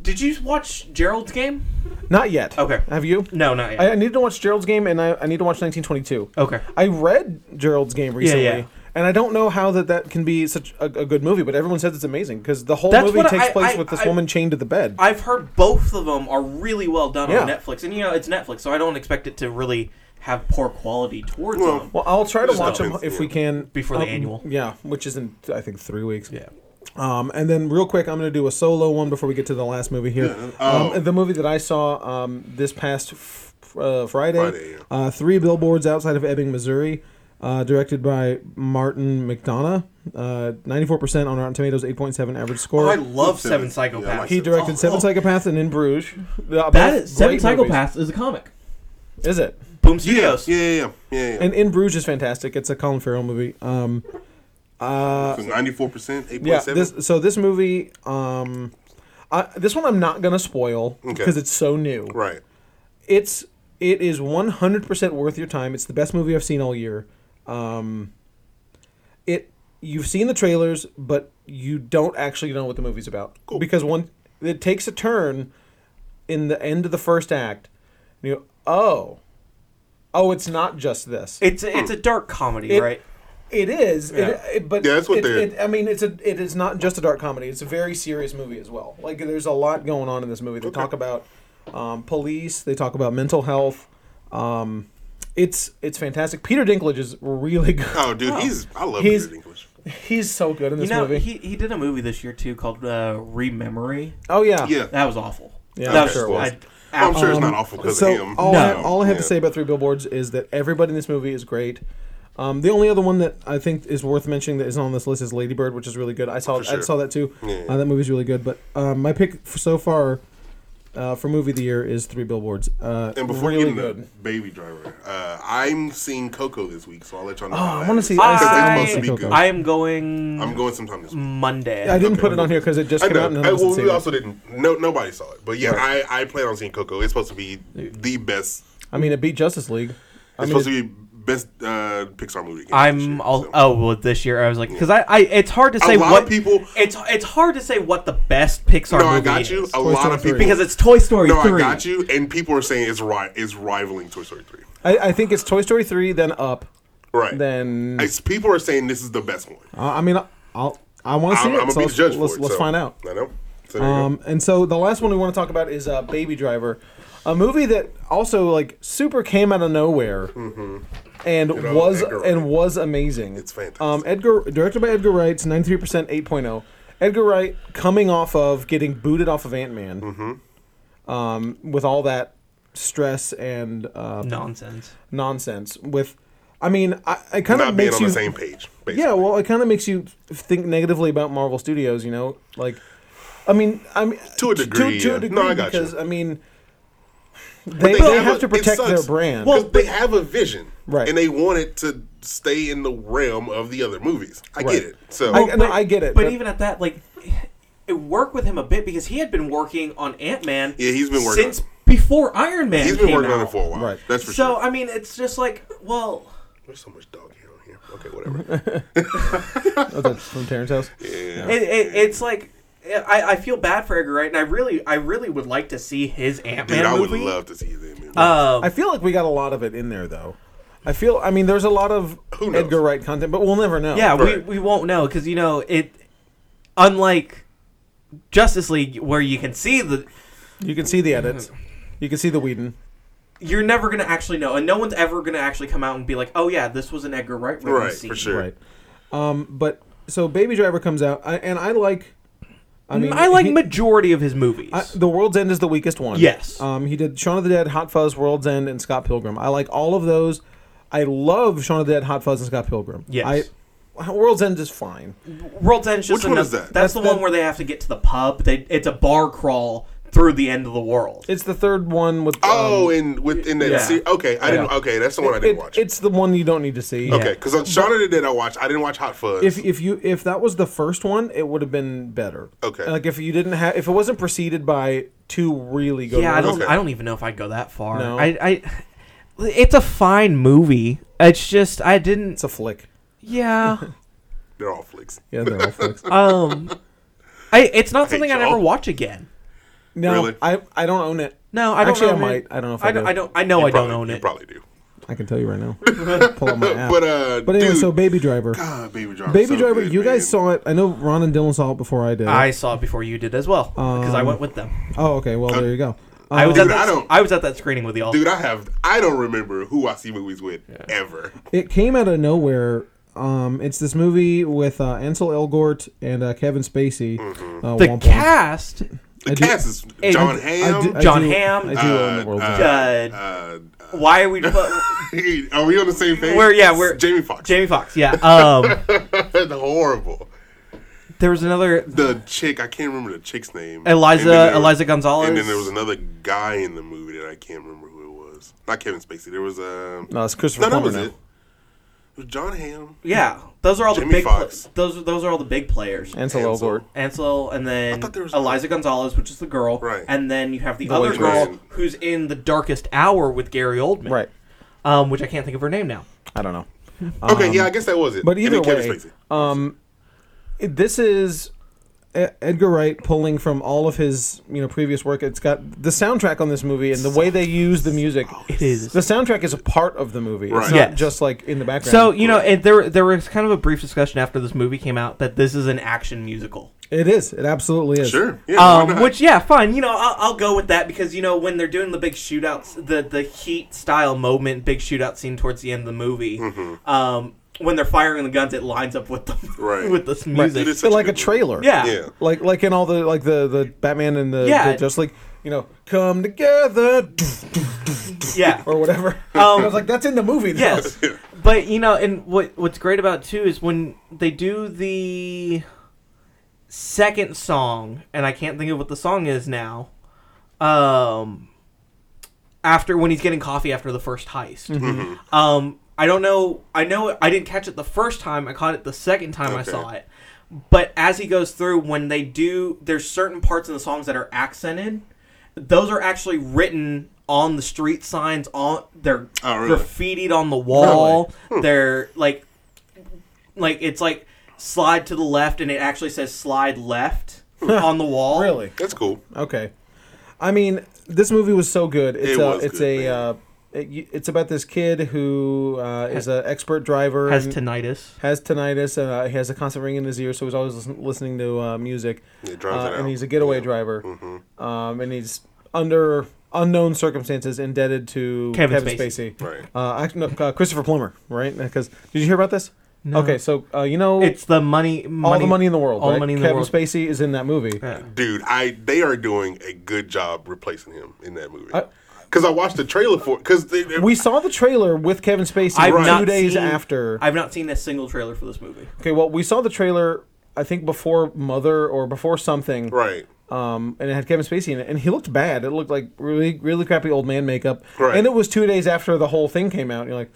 C: did you watch Gerald's game?
A: Not yet.
C: Okay.
A: Have you?
C: No, not yet.
A: I, I need to watch Gerald's Game, and I, I need to watch 1922.
C: okay.
A: I read Gerald's Game recently,
C: yeah.
A: and I don't know how that, that can be such a, a good movie, but everyone says it's amazing because the whole
C: That's
A: movie
C: what
A: takes
C: I-
A: place
C: I-
A: with this
C: I-
A: woman chained to the bed.
C: I've heard both of them are really well done on
A: Yeah.
C: Netflix, and you know it's Netflix, so I don't expect it to really have poor quality towards
B: Well,
C: them.
A: well, I'll try to
B: Just
A: watch them
B: depends,
A: if
B: yeah.
A: we can
C: Before the
A: um,
C: annual.
A: Yeah, which is in I think three weeks.
C: Yeah.
A: Um, and then real quick, I'm going to do a solo one before we get to the last movie here.
B: Oh.
A: Um, the movie that I saw um, this past f- uh, Friday,
B: Friday, yeah.
A: uh, Three Billboards Outside of Ebbing, Missouri, uh, directed by Martin McDonough. Uh, 94% on Rotten Tomatoes, 8.7 average score.
C: I love Seven
B: Seven.
C: Psychopaths.
B: Yeah, I like
A: he directed
C: Oh,
A: Seven
C: oh.
A: Psychopaths and In Bruges. Uh,
D: That
A: both
D: is Seven
A: great movies.
D: Psychopaths is a comic.
A: Is it?
C: Boom
B: yeah,
C: Studios.
B: yeah, yeah, yeah. yeah.
A: And In Bruges is fantastic. It's a Colin Farrell movie. Um, uh,
B: Ninety-four percent, eight
A: yeah,
B: point seven.
A: this, so this movie, um, I, this one I'm not gonna spoil
B: Okay.
A: because it's so new.
B: Right.
A: It's it is 100% worth your time. It's the best movie I've seen all year. Um, it you've seen the trailers, but you don't actually know what the movie's about
B: Cool.
A: because one it takes a turn in the end of the first act. And you go, oh, oh, it's not just this.
C: It's
B: hmm.
C: it's a dark comedy,
A: It-
C: right?
A: It is, it-
C: Yeah.
A: it- but
B: Yeah, that's what
A: it,
B: they're-
A: it, I mean, it's a. It is not just a dark comedy. It's a very serious movie as well. Like there's a lot going on in this movie. They talk about um, police. They talk about mental health. Um, it's it's fantastic. Peter Dinklage is really good.
B: Oh, dude, he's I love
A: He's-
B: his English.
A: He's so good in
C: You
A: this
C: know,
A: movie.
C: he, he did a movie this year too called uh, Rememory.
A: oh yeah,
B: Yeah,
C: That was awful.
A: Yeah,
C: that
A: I'm sure it was.
C: I-
B: I'm sure it's
A: Um,
B: not awful because
A: So
B: of him.
A: all I,
D: No.
A: all I have to
B: Yeah.
A: say about Three Billboards is that everybody in this movie is great. Um, the only other one that I think is worth mentioning that isn't on this list is Lady Bird, which is really good. I saw I
B: sure.
A: saw that too.
B: Yeah.
A: Uh, that movie's really good. But um, my pick f so far uh, for movie of the year is Three Billboards. Uh,
B: And before
A: really
B: getting
A: good.
B: the baby driver, uh, I'm seeing Coco this week, so I'll let y'all know.
A: Oh,
B: how
A: I
B: that
A: wanna
B: is.
A: see- I-
B: Because it's supposed to be
A: Coco. Mm.
B: good.
C: I am going
B: I'm going sometime this week.
C: Monday.
A: I didn't
B: Okay.
A: put it on here because it just
B: I
A: came
B: know.
A: out. And none
B: I,
A: of us had
B: well,
A: seen
B: we
A: it.
B: also didn't. No, nobody saw it. But yeah, I I plan on seeing Coco. It's supposed to be the best. It's
A: I mean, it beat Justice League. I mean,
B: supposed
A: it-
B: to be best uh, Pixar movie. again this
C: I'm
B: year,
C: all,
B: so.
C: oh well this year I was like because I, I it's hard to
B: A
C: say
B: lot
C: what
B: of people-
C: it's it's hard to say what the best Pixar
B: No,
C: movie
B: I got you.
C: is.
B: A
A: Toy
B: lot
A: Story
B: of people
A: three.
C: because it's Toy Story
B: No,
C: three.
B: I got you. And people are saying it's ri- it's rivaling Toy Story three.
A: I, I think it's Toy Story three, then Up,
B: Right.
A: then
B: It's, people are saying this is the best one.
A: uh, I mean, I'll I want to see
B: I'm,
A: it.
B: I'm gonna
A: so
B: be the
A: let's,
B: judge
A: let's,
B: for it.
A: let's
B: so.
A: find out.
B: I know. So there you
A: Um, and so the last one we want to talk about is uh, Baby Driver, a movie that also like super came out of nowhere and
B: old
A: was
B: Mm-hmm. Edgar Wright.
A: and was amazing.
B: It's fantastic.
A: Um, Edgar, directed by Edgar Wright, ninety three percent, eight oh. Edgar Wright coming off of getting booted off of Ant Man,
B: Mm-hmm.
A: um, with all that stress and uh,
B: Mm.
C: nonsense.
A: nonsense. With, I mean, I, it
B: go.
A: kind of
B: not being
A: makes
B: on
A: you
B: the same page. Basically.
A: yeah, well, it kind of makes you think negatively about Marvel Studios, you know? Like, I mean, I mean,
B: To a degree,
A: to,
B: yeah.
A: a degree,
B: No, I got you.
A: because I mean, they, they,
B: But
A: have
B: a-
A: to
B: it
A: protect
B: sucks
A: their brand.
B: 'cause they have a vision,
A: Right.
B: And they want it to stay in the realm of the other movies. I
A: Right.
B: get it. So
A: I- no, I get it,
C: But,
A: but-
C: even at that, like, it worked with him a bit because he had been working on Ant Man.
B: Yeah, he's been working
C: since
B: on
C: before Iron Man.
B: he's been
C: came
B: working on
C: out.
B: it for a while.
A: Right.
B: That's for
C: so
B: sure.
C: I mean, it's just like, well,
B: There's so much dog hair on here. Okay, whatever.
A: oh, that's from Terrence House.
B: Yeah.
C: it, it, it's like. I, I feel bad for Edgar Wright, and I really I really would like to see his Ant
B: Dude,
C: Man
B: I would
C: movie.
B: love to see them. in-
C: Um,
A: I feel like we got a lot of it in there, though. I feel, I mean, there's a lot of
B: Who knows?
A: Edgar Wright content, but we'll never know.
C: yeah,
B: Right.
C: we, we won't know because you know it. Unlike Justice League, where you can see the,
A: You can see the
B: Mm-hmm.
A: edits, you can see the Whedon.
C: you're never gonna actually know, and no one's ever gonna actually come out and be like, "Oh yeah, this was an Edgar Wright written
B: right,
C: scene."
B: for sure.
A: Right. Um, but so Baby Driver comes out, I, and I like. I mean,
C: I like
A: he-
C: majority of his movies.
A: I- the World's End is the weakest one.
C: Yes.
A: Um, he did Shaun of the Dead, Hot Fuzz, World's End, and Scott Pilgrim. I like all of those. I love Shaun of the Dead, Hot Fuzz, and Scott Pilgrim.
C: Yes.
A: I, World's End is fine.
C: World's End is just
B: Which one
C: another-
B: is that?
A: That's
C: That's, the,
A: the-
C: one where they have to get to the pub. They, it's a bar crawl through the end of the world.
A: It's the third one with.
B: Oh,
A: um,
B: and within that,
C: Yeah.
B: se- okay, I didn't.
A: Yeah.
B: Okay, that's the one I didn't
A: it-
B: watch.
A: it's the one you don't need to see.
B: okay, because on Shaun of the Dead I watched. I didn't watch Hot Fuzz.
A: If if you if that was the first one, it would have been better.
B: Okay.
A: Like if you didn't have if it wasn't preceded by two really good.
C: yeah, I
A: ones.
C: don't.
B: Okay.
C: I don't even know if I'd go that far.
A: No.
C: I, I, it's a fine movie. It's just I didn't.
A: It's a flick.
C: Yeah.
B: They're all flicks.
A: Yeah, they're all flicks.
C: Um, I. It's not something I'd
B: y'all.
C: ever watch again.
A: No,
B: Really?
A: I I don't own it.
C: No, I don't
A: Actually,
C: know.
A: I
C: man.
A: might. I don't know if Oh, I
C: I don't.
A: do.
C: I don't. I know I
B: Probably-
C: don't own
B: you
C: it.
B: Probably do.
A: I can tell you right now. Pull out my app.
B: But uh,
A: But anyway,
B: dude,
A: so Baby Driver.
B: God, Baby Driver,
A: Baby
B: so
A: Driver,
B: good,
A: you
B: man.
A: guys saw it. I know Ron and Dylan saw it before I did.
C: I saw it before you did as well because I went with them.
A: oh, okay. Well, there you go.
C: I was
A: Um,
C: at
B: dude,
C: that,
B: I don't-
C: I was at that screening with y'all.
B: Dude, I have. I don't remember who I see movies with ever.
A: it came out of nowhere. Um, it's this movie with uh, Ansel Elgort and uh, Kevin Spacey.
B: Mm-hmm.
A: Uh,
C: the
A: womp womp.
C: cast,
B: The
A: I do-
B: cast is John
A: I
B: Hamm.
A: do- I
C: John
A: do-
C: Hamm,
A: I do own
B: uh,
A: the world.
B: uh,
C: Judd.
B: uh,
C: why are we?
B: uh, are we on the same page?
C: We're- yeah, we're-
B: Jamie Foxx.
C: Jamie Foxx, yeah. Um,
B: horrible.
C: there was another
B: The chick, I can't remember the chick's name. And then
C: Eliza
B: there-
C: Eliza Gonzalez.
B: And then there was another guy in the movie that I can't remember who it was. Not Kevin Spacey. There was um,
A: No, it's Christopher
B: no, that was
A: Plummer now.
B: it. It was John Hamm.
C: yeah, those are all
B: Jamie
C: the big. pla-
B: Foxx.
C: those those are all the big players.
A: Ansel
B: Ansel.
A: Elgort.
C: Ansel, and then
B: thought there was-
C: Eliza Gonzalez, which is the girl,
B: Right.
C: And then you have the,
A: The
C: other
A: waitress.
C: girl who's in the Darkest Hour with Gary Oldman,
A: Right.
C: Um, which I can't think of her name now.
A: I don't know.
B: Okay, yeah, I guess that was it.
A: Um, But
B: And
A: either
B: then Kevin
A: way,
B: Spacey.
A: um, it- this is E- Edgar Wright pulling from all of his you know previous work. It's got the soundtrack on this movie and the way they use the music.
B: Oh,
C: It is.
A: The soundtrack is a part of the movie.
B: Right.
A: It's not
C: Yes.
A: just like in the background.
C: So you know, and there there was kind of a brief discussion after this movie came out that this is an action musical.
A: it is. It absolutely is.
B: sure. Yeah, why
C: Um,
B: not?
C: which yeah, fine. You know, I'll, I'll go with that because you know when they're doing the big shootouts, the the heat style moment, big shootout scene towards the end of the movie. Um, when they're firing the guns, it lines up with the
B: Mm-hmm. Right.
C: with this music.
B: Dude, it's
A: But
B: such
A: like a
B: good movie.
A: trailer.
C: Yeah.
B: Yeah.
A: Like like in all the like the the Batman and the,
C: Yeah.
A: the just like you know come together
C: Yeah.
A: or whatever. I was like that's in the movie. though.
C: Um, Yes. But you know, and what what's great about it, too is when they do the second song, and I can't think of what the song is now. Um, after when he's getting coffee after the first heist.
B: Mm-hmm.
C: Um, I don't know. I know I didn't catch it the first time. I caught it the second time I
B: Okay.
C: saw it. But as he goes through, when they do, there's certain parts in the songs that are accented. Those are actually written on the street signs. On they're
B: Oh, really?
C: graffitied on the wall.
A: Hmm.
C: They're like, like it's like slide to the left, and it actually says slide left on the wall.
A: Hmm. Really.
B: That's cool.
A: Okay. I mean, this movie was so good. It's
B: It
A: a,
B: was
A: it's
B: good,
A: a
B: man.
A: uh, it, it's about this kid who uh, is an expert driver
C: Has
A: and
C: tinnitus.
A: has tinnitus and uh, he has a constant ring in his ear, so he's always listen, listening to uh, music.
B: Yeah, it drives
A: uh,
B: it
A: and
B: out. Mm-hmm.
A: he's a getaway driver. Um, and he's under unknown circumstances indebted to
C: Kevin
A: Kevin,
C: Spacey.
A: Spacey.
B: Right.
A: Uh, actually, no, uh, Christopher Plummer, right? Because did you hear about this?
C: No.
A: Okay, so uh, you know
C: It's the money, money.
A: all the money in the world.
C: All the
A: right?
C: money in the
A: Kevin
C: world.
A: Spacey is in that movie.
C: Yeah.
B: Dude, I they are doing a good job replacing him in that movie.
A: I-
B: Because I, watched the trailer for because
A: We saw the trailer with Kevin Spacey
C: I've
A: two
C: not
A: days
C: seen-
A: after.
C: I've not seen a single trailer for this movie.
A: Okay, well, we saw the trailer. I think before Mother or before something,
B: right.
A: um, and it had Kevin Spacey in it, and he looked bad. It looked like really, really crappy old man makeup,
B: Right.
A: and it was two days after the whole thing came out. And you're like,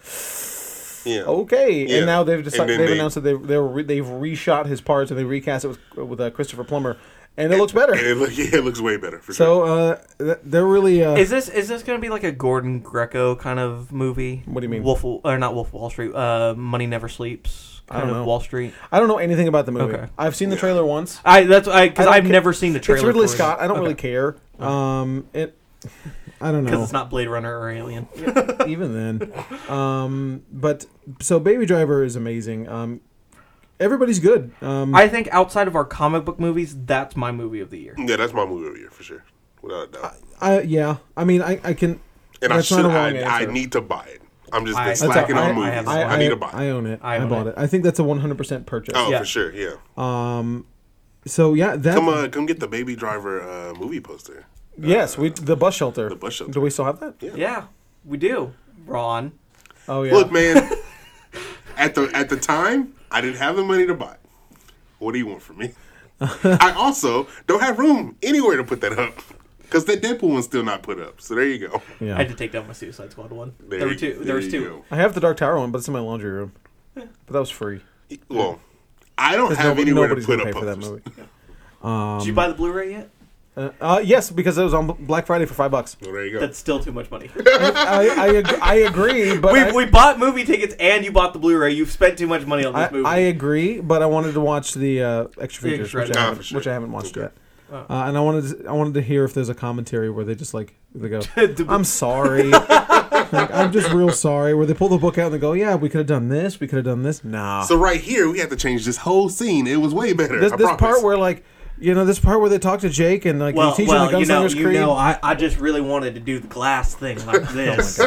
B: Yeah.
A: okay,
B: Yeah.
A: and now they've
B: And
A: decided
B: then
A: they've
B: they-
A: announced that they they were re- they've reshot his parts and they recast it with with uh, Christopher Plummer, and it looks better.
B: And it, look, yeah, it looks way better for sure.
A: so uh, th- they're really uh,
C: Is this is this going to be like a Gordon Greco kind of movie?
A: What do you mean?
C: Wolf or not Wolf of Wall Street? Uh, Money Never Sleeps.
A: don't
E: kind
A: know.
E: of Wall Street?
A: I don't know anything about the movie.
E: Okay.
A: I've seen the trailer once.
E: I that's I because
A: I don't
E: I've
A: ca-
E: never seen the trailer.
A: It's Ridley
E: for it.
A: Scott. I don't
E: Okay.
A: really care. Um, it. I don't
C: because
A: know.
C: it's not Blade Runner or Alien.
A: even then. Um, but so Baby Driver is amazing. Um, everybody's good. Um,
C: I think outside of our comic book movies, that's my movie of the year.
B: Yeah, that's my movie of the year for sure, without a doubt.
A: I yeah. I mean, I, I can.
B: And I
A: that's not
B: should,
A: a wrong
B: I, I
A: answer.
B: need to buy it. I'm just
C: I-
B: been
C: That's
A: That's
B: slacking
A: a-
B: on
A: I-
B: movies. I, need to buy it.
A: I own it.
C: I
A: I,
C: own
A: bought
C: it.
A: it. I think that's a 100% purchase.
B: oh,
C: yeah.
B: for sure, yeah.
A: Um, so yeah, that
B: Come uh, come get the Baby Driver uh, movie poster.
A: yes, we the bus shelter.
B: The bus shelter.
A: Do we still have that?
C: Yeah, we do. Ron,
A: Oh yeah.
B: Look, man. at the at the time, I didn't have the money to buy. it. What do you want from me? I also don't have room anywhere to put that up because that Deadpool one's still not put up. So there you go.
A: yeah.
C: I had to take down my Suicide Squad one. There, were
B: you-
C: two. There, was
B: you
C: two.
B: go.
A: I have the Dark Tower one, but it's in my laundry room. But that was free.
B: Well, I don't have
A: Nobody-
B: anywhere to
A: nobody's
B: put
A: gonna
B: up
A: pay for that
B: posters.
A: movie.
C: Did
A: Um,
C: you buy the Blu-ray yet?
A: Uh, uh, yes, because it was on Black Friday for five bucks.
B: Well, there you go.
C: That's still too much money.
A: I, I, ag- I agree, but
C: we,
A: I,
C: we bought movie tickets and you bought the Blu-ray. You've spent too much money on this
A: I,
C: movie.
A: I agree, but I wanted to watch the uh, extra
C: The
A: features,
C: extra-
A: which, I
B: Ah,
A: haven't,
B: for sure.
A: which I haven't watched
B: Okay.
A: yet.
C: Ah.
A: Uh, and I wanted to, I wanted to hear if there's a commentary where they just like they go,
C: The-
A: "I'm sorry, like, I'm just real sorry," where they pull the book out and they go, "Yeah, we could have done this, we could have done this." Nah,
B: so right here, we had to change this whole scene. It was way better.
A: this,
B: I
A: this
B: promise.
A: part where like you know this part where they talk to Jake and like
C: well,
A: he's teaching
C: well,
A: the
C: you know,
A: Gunslinger's
C: you
A: Creed. Oh
C: know, I, I just really wanted to do the glass thing like this.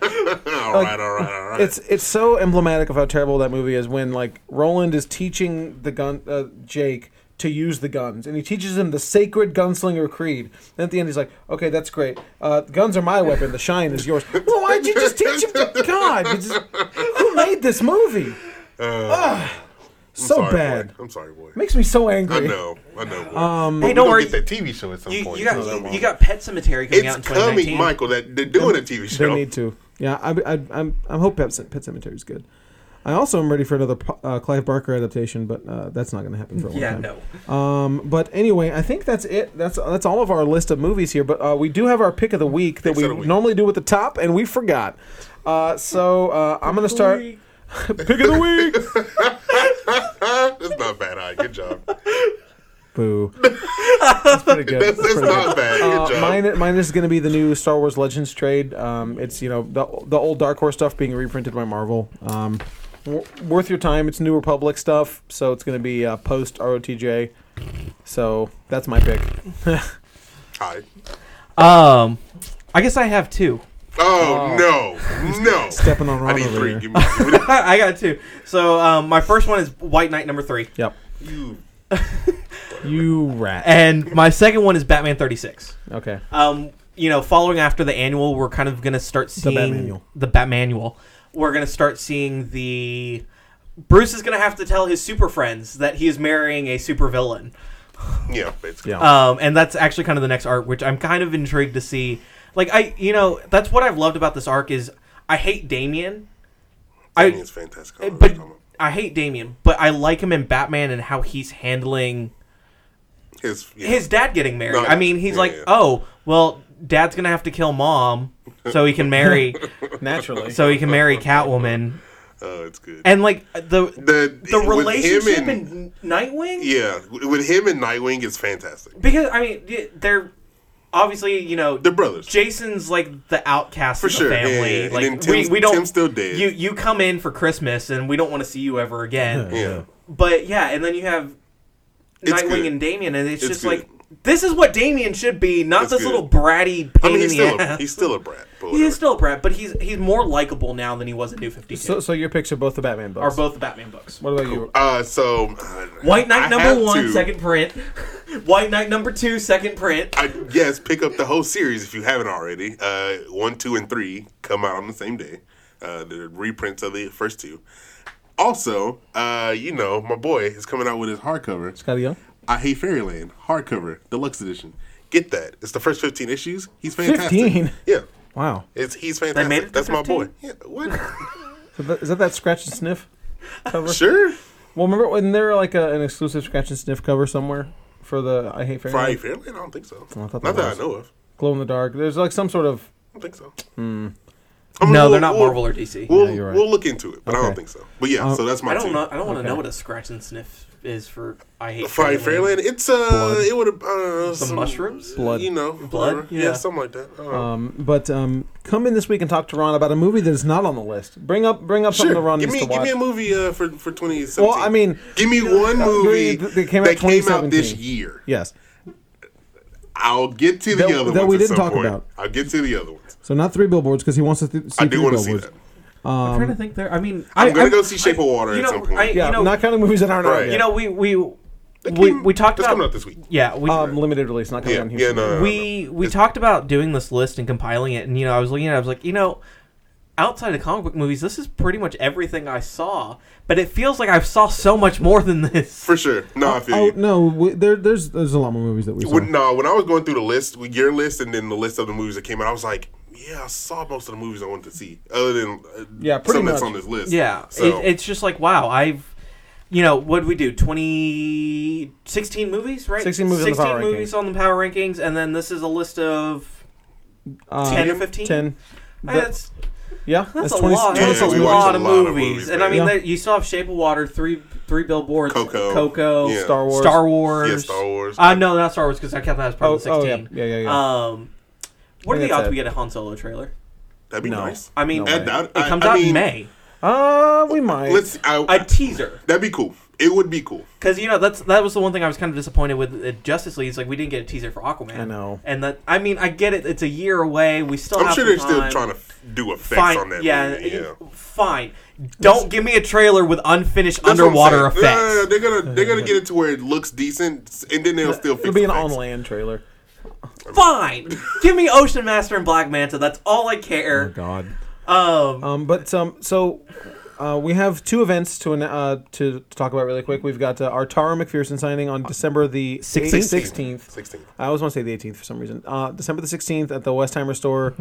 B: all right, all right, all right.
A: It's it's so emblematic of how terrible that movie is when like Roland is teaching the gun uh, Jake to use the guns and he teaches him the sacred gunslinger creed. And at the end he's like, "Okay, that's great. Uh, guns are my weapon. The shine is yours." Well, why'd you just teach him? To- God, you just- who made this movie? Ugh. so
B: Uh, sorry,
A: bad.
B: Boy. I'm sorry, boy.
A: Makes me so
B: I
A: angry.
B: know, I know. Boy. Um,
C: Hey, don't worry.
B: Get that TV show at some
C: You,
B: point.
C: you
B: so that
C: got
B: won't-
C: you got Pet Cemetery coming out in
B: It's
C: 2019.
B: coming, Michael. That they're doing a TV show.
A: They need to. Yeah, I, I, I'm I'm hope Pet, Cem- Pet Cemetery is good. I also am ready for another uh, Clive Barker adaptation, but uh, that's not going to happen for a long
C: Yeah,
A: time.
C: no.
A: Um, but anyway, I think that's it. That's that's all of our list of movies here. But uh, we do have our pick of the week that
B: Picks
A: we
B: of the week.
A: normally do at the top, and we forgot. Uh, so uh, I'm gonna start pick of the week.
B: That's not bad. All right, good job.
A: Boo. That's pretty good.
B: That's,
A: That's
B: that's
A: pretty good.
B: not bad. Good
A: Uh,
B: job.
A: mine, mine is going to be the new Star Wars Legends trade. Um, it's you know the, the old Dark Horse stuff being reprinted by Marvel. Um, w- worth your time. It's New Republic stuff, so it's going to be uh, post ROTJ. So that's my pick.
B: Hi.
C: Um, I guess I have two.
B: Oh, no, no.
A: Stepping on
B: I
A: Ron
B: need
A: over
B: three.
A: here.
B: Give me, give me
C: I got two. So um, my first one is White Knight number three,
A: Yep.
B: you.
A: You rat.
C: and my second one is Batman 36.
A: Okay.
C: Um, you know, following after the annual, we're kind of gonna start seeing
A: Batmanual.
C: the Batmanual. We're gonna start seeing the Bruce is gonna have to tell his super friends that he is marrying a super villain.
B: Yeah, basically.
A: Yeah.
C: Um, and that's actually kind of the next arc, which I'm kind of intrigued to see. Like I, you know, that's what I've loved about this arc is I hate Damien, I- eh,
B: I mean, it's fantastic. Oh, I don't know what
C: but
B: you're talking about.
C: I hate Damien, but I like him in Batman and how he's handling
B: his, yeah.
C: his dad getting married.
B: No,
C: I mean, he's
B: yeah,
C: like,
B: yeah.
C: oh, well, dad's gonna have to kill mom so he can marry,
A: Naturally.
C: so he can marry Catwoman,
B: oh, it's good.
C: and like the
B: the
C: the
B: with him
C: relationship
B: and-
C: in Nightwing.
B: yeah, with him and Nightwing is fantastic.
C: Because I mean, y- they're obviously you know
B: They're brothers.
C: Jason's like the outcast of the
B: sure, yeah, yeah,
C: family.
B: yeah. And
C: Like
B: then Tim's-
C: we, we don't
B: Tim's still dead.
C: You you come in for Christmas and we don't want to see you ever again.
B: yeah.
C: But yeah, and then you have
B: It's
C: Nightwing
B: good.
C: and Damien, and it's,
B: It's
C: just
B: good.
C: like this is what Damien should be, not
B: It's
C: this
B: good.
C: little bratty pain
B: I mean,
C: in
B: he's
C: the
B: still a,
C: ass.
B: he's still a brat. But
C: He is
B: whatever.
C: still a brat, but he's he's more likable now than he was in New Fifty Two.
A: So, so your picks are both the Batman
C: are
A: books.
C: both the Batman books.
A: What about you?
B: Uh, so
C: White Knight
B: I have
C: number one,
B: to-
C: second print. White Knight number two, second print.
B: I, yes, pick up the whole series if you haven't already. Uh, one, two, and three come out on the same day. Uh, the reprints of the first two. Also, uh, you know, my boy is coming out with his hardcover.
A: Scotty Young?
B: I Hate Fairyland hardcover deluxe edition. Get that? It's the first fifteen issues. He's fantastic.
A: 15?
B: Yeah,
A: Wow.
B: it's he's fantastic.
C: made it to
B: That's my
C: 15?
B: boy. Yeah, what?
A: So that, is that that scratch and sniff?
B: sure.
A: Well, remember when there like a, an exclusive scratch and sniff cover somewhere for the I Hate Fairy?
B: For I
A: Light?
B: Hate Fairyland, I don't think so.
A: I thought
B: Not
A: that
B: that I
A: was-
B: know of.
A: Glow in the dark. There's like some sort of
B: I don't think so. I mean,
C: No,
B: we'll-
C: they're not
B: we'll-
C: Marvel or DC.
B: We'll
A: you're right.
B: we'll look into it, but I
A: Okay. Uh,
B: don't think so. But yeah, so that's my.
C: I don't
B: two.
C: know. I don't want to
A: Okay.
C: know what a scratch and sniff is for. I hate
B: Fine,
C: Fairland.
B: Fairland. It's uh,
A: Blood.
B: it would have uh,
C: Some mushrooms?
A: Blood.
B: you know,
C: Blood?
B: whatever. Yeah.
C: Yeah.
B: something like that. Uh, I don't know.
A: Um, but um, come in this week and talk to Ron about a movie that is not on the list. Bring up, bring up something that Ron
B: Give
A: needs
B: me,
A: to watch.
B: give me a movie uh, for for 2017.
A: Well, I mean-
B: give me one
A: Uh,
B: movie
A: th- that came out
B: this
A: 2017.
B: year.
A: yes.
B: I'll get to the
A: That-
B: other
A: that
B: ones
A: we
B: at
A: didn't
B: some
A: talk
B: point.
A: about.
B: I'll get to the other ones.
A: So not three billboards because he wants to th- see
B: I do
A: three
B: want to
A: billboards.
B: see that.
D: I'm trying to think there. I mean,
C: I-
B: I'm gonna
C: I-
B: go see Shape of Water
C: you
B: at
C: know,
B: some point.
C: I-
A: Yeah,
C: You know-
A: not counting movies that aren't
B: Right.
A: out
C: You
A: yet.
C: know, we we
B: That
C: we,
B: came-
C: we talked
B: that's
C: about
B: coming out this week.
C: yeah we
A: um, limited release, not coming
B: Yeah,
A: out here.
B: yeah, no, no, no,
C: we
B: no.
C: we
B: It's-
C: talked about doing this list and compiling it, and you know, I was looking at, it, I was like, you know, outside of comic book movies, this is pretty much everything I saw. But it feels like I saw so much more than this.
B: for sure. No, I feel
A: Oh
B: you.
A: no, we, there, there's there's a lot more movies that we saw.
B: When, no, when I was going through the list, with your list, and then the list of the movies that came out, I was like, yeah, I saw most of the movies I wanted to see, other than uh,
A: Yeah, pretty
B: some that's
A: much.
B: on this list.
C: Yeah,
B: so
C: it, it's just like wow, I've. You know what we do? 20, 16 movies, right?
A: 16 movies on the power
C: movies
A: rankings.
C: on the power rankings, and then this is a list of
A: Uh,
C: 10 or 15?
A: Ten.
C: I
A: That-
C: mean, that's
A: yeah,
C: That's, a
A: 20
C: lot.
B: Yeah,
C: That's a
B: we watched
C: lot
B: a
C: of
B: lot of
C: movies,
B: movies,
C: and I mean,
A: man.
C: there, you still have Shape of Water, three three billboards,
B: Coco.
C: Coco,
B: Yeah.
A: Star Wars.
C: Star Wars,
B: Yeah, Star Wars.
C: Uh, no, not Star Wars because I kept that as part
A: Oh,
C: of the
A: oh yeah,
C: sixteen.
A: yeah, yeah, yeah.
C: Um, what
A: I
C: are
A: think
C: the
A: that's
C: odds
A: it.
C: we get a Han Solo trailer?
B: that'd be
A: no.
B: nice.
C: I mean,
A: No
C: it
A: way.
B: I- I-
C: comes
B: I
C: out in
B: mean,
C: May.
A: Uh, we might.
B: Let's. I,
C: A teaser,
B: that'd be cool. It would be cool.
C: because you know that's that was the one thing I was kind of disappointed with at Justice League. Is like we didn't get a teaser for Aquaman.
A: I know.
C: and that I mean, I get it. It's a year away. We still.
B: I'm
C: have
B: sure
C: some
B: they're still
C: time.
B: trying to f- do effects
C: Fine,
B: on that.
C: yeah,
B: movie, yeah.
C: fine. Don't give me a trailer with unfinished
B: That's what I'm
C: underwater
B: saying. Yeah, yeah, yeah,
C: effects.
B: they're gonna they're gonna get it to where it looks decent, and then they'll still fix
A: It'll be an
B: effects.
A: on land trailer.
C: Fine. Give me Ocean Master and Black Manta. That's all I care.
A: God.
C: Um,
A: Um, but um, so uh, we have two events to an- uh, to to talk about really quick. We've got uh, our Tara McPherson signing on December the
C: Sixteenth.
A: sixteenth.
B: Sixteenth.
A: I always want to say the 18th for some reason. Uh, December the 16th at the Westheimer store.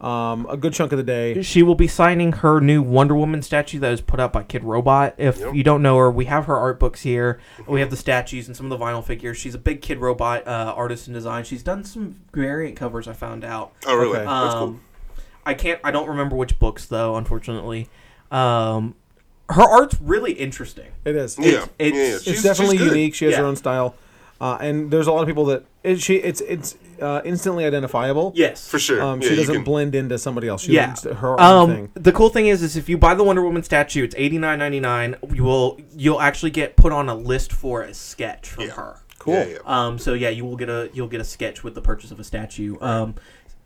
A: Um, a good chunk of the day.
C: she will be signing her new Wonder Woman statue that was put out by Kid Robot. If
B: Yep.
C: you don't know her, we have her art books here. We have the statues and some of the vinyl figures. She's a big Kid Robot uh, artist and design. She's done some variant covers. I found out.
B: Oh really?
A: Okay.
B: That's cool.
C: Um, I can't. I don't remember which books though. Unfortunately, um, her art's really interesting.
A: It is.
B: Yeah,
A: It's,
B: yeah,
C: it's-
B: yeah,
C: it's
B: she's- she's
A: it's definitely
B: good.
A: unique. She has her
C: Yeah.
A: own style, uh, and there's a lot of people that it, she. It's it's uh, instantly identifiable.
C: Yes,
B: for sure.
A: Um,
B: yeah,
A: she
B: you
A: doesn't
B: can-
A: blend into somebody else. She
C: yeah.
A: blends her own
C: um,
A: thing.
C: The cool thing is, is if you buy the Wonder Woman statue, it's eighty nine ninety nine. You will you'll actually get put on a list for a sketch from
B: Yeah.
C: her.
A: Cool.
B: Yeah, yeah.
C: Um, so yeah, you will get a you'll get a sketch with the purchase of a statue. Um,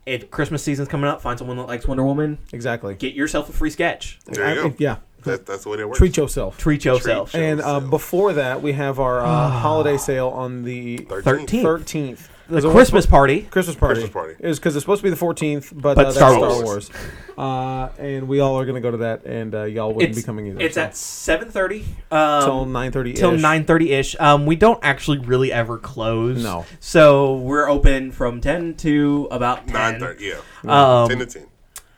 C: it Christmas season's coming up. Find someone that likes Wonder Woman.
A: Exactly.
C: Get yourself a free sketch.
B: There you
A: I-
B: go.
A: Yeah.
B: That, that's the way that works.
A: Treat yourself.
C: Treat yourself.
B: Treat-
A: And uh,
B: yourself.
A: before that, we have our
C: Ah.
A: uh, holiday sale on the
B: 13th.
C: 13th.
A: 13th.
C: The Christmas party.
A: Christmas party.
B: Christmas party.
A: It was because it's supposed to be the 14th, but,
C: But
A: uh, that's
C: Star
A: Star Wars.
B: Wars.
A: uh, and we all are going to go to that, and uh, y'all wouldn't
C: It's
A: be coming either.
C: It's
A: so.
C: at seven thirty.
A: till
C: Um,
A: 9:30.
C: till nine thirty ish. Um, we don't actually really ever close.
A: No.
C: So we're open from ten to about ten.
B: Nine thirty. Yeah.
C: Um,
B: ten to ten.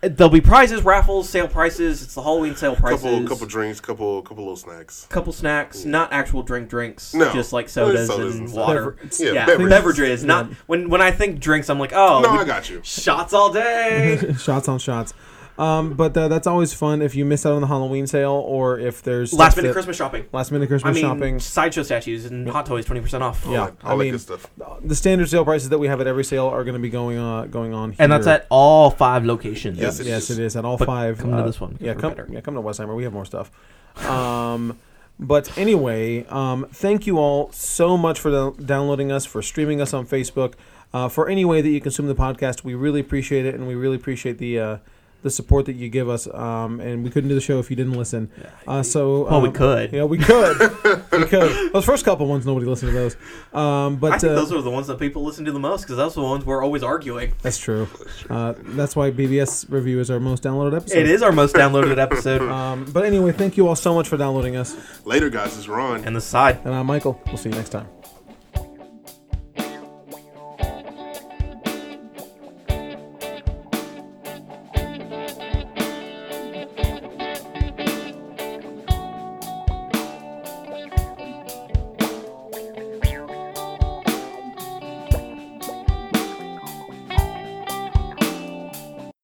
C: There'll be prizes, raffles, sale prices. It's the Halloween sale prices.
B: Couple couple drinks. Couple couple little snacks.
C: couple snacks, not actual drink drinks,
B: No.
C: just like
B: Well,
C: sodas,
B: there's sodas
C: and
B: and
C: water.
B: stuff.
C: yeah,
B: Yeah,
C: beverages.
B: beverages.
C: Not when when I think drinks, I'm like, oh,
B: No,
C: we-
B: I got you.
C: shots all day.
A: shots on shots. Um, but uh, that's always fun if you miss out on the Halloween sale or if there's
C: Last
A: stuff
C: minute
A: that-
C: Christmas shopping.
A: last minute Christmas
C: I mean,
A: shopping.
C: sideshow statues and hot toys, twenty percent off.
A: Yeah,
B: All, that- all
A: I
B: that
A: mean-
B: good stuff.
A: The standard sale prices that we have at every sale are going to be going on going on. Here.
C: and that's at all five locations.
A: Yes,
B: Yes,
A: it
B: it
A: is.
B: is.
A: at all
C: But
A: five. uh,
C: come to this one,
A: Yeah,
C: we're
A: come.
C: better.
A: Yeah, come to Westheimer. We have more stuff. Um, but anyway, um, thank you all so much for the, downloading us, for streaming us on Facebook, uh, for any way that you consume the podcast. We really appreciate it, and we really appreciate the uh, the support that you give us. Um, and we couldn't do the show if you didn't listen. Uh, so,
C: Well, we
A: um,
C: could.
A: Yeah, we could. we could. Those first couple ones, nobody listened to those. Um, but
C: I think
A: uh,
C: those are the ones that people listen to the most because those are the ones we're always arguing.
A: that's true. Uh, that's why BBS review is our most downloaded episode.
C: It is our most downloaded episode. uh,
A: Um, but anyway, thank you all so much for downloading us.
B: Later, guys. It's Ron.
C: and the side
A: And I'm Michael. We'll see you next time.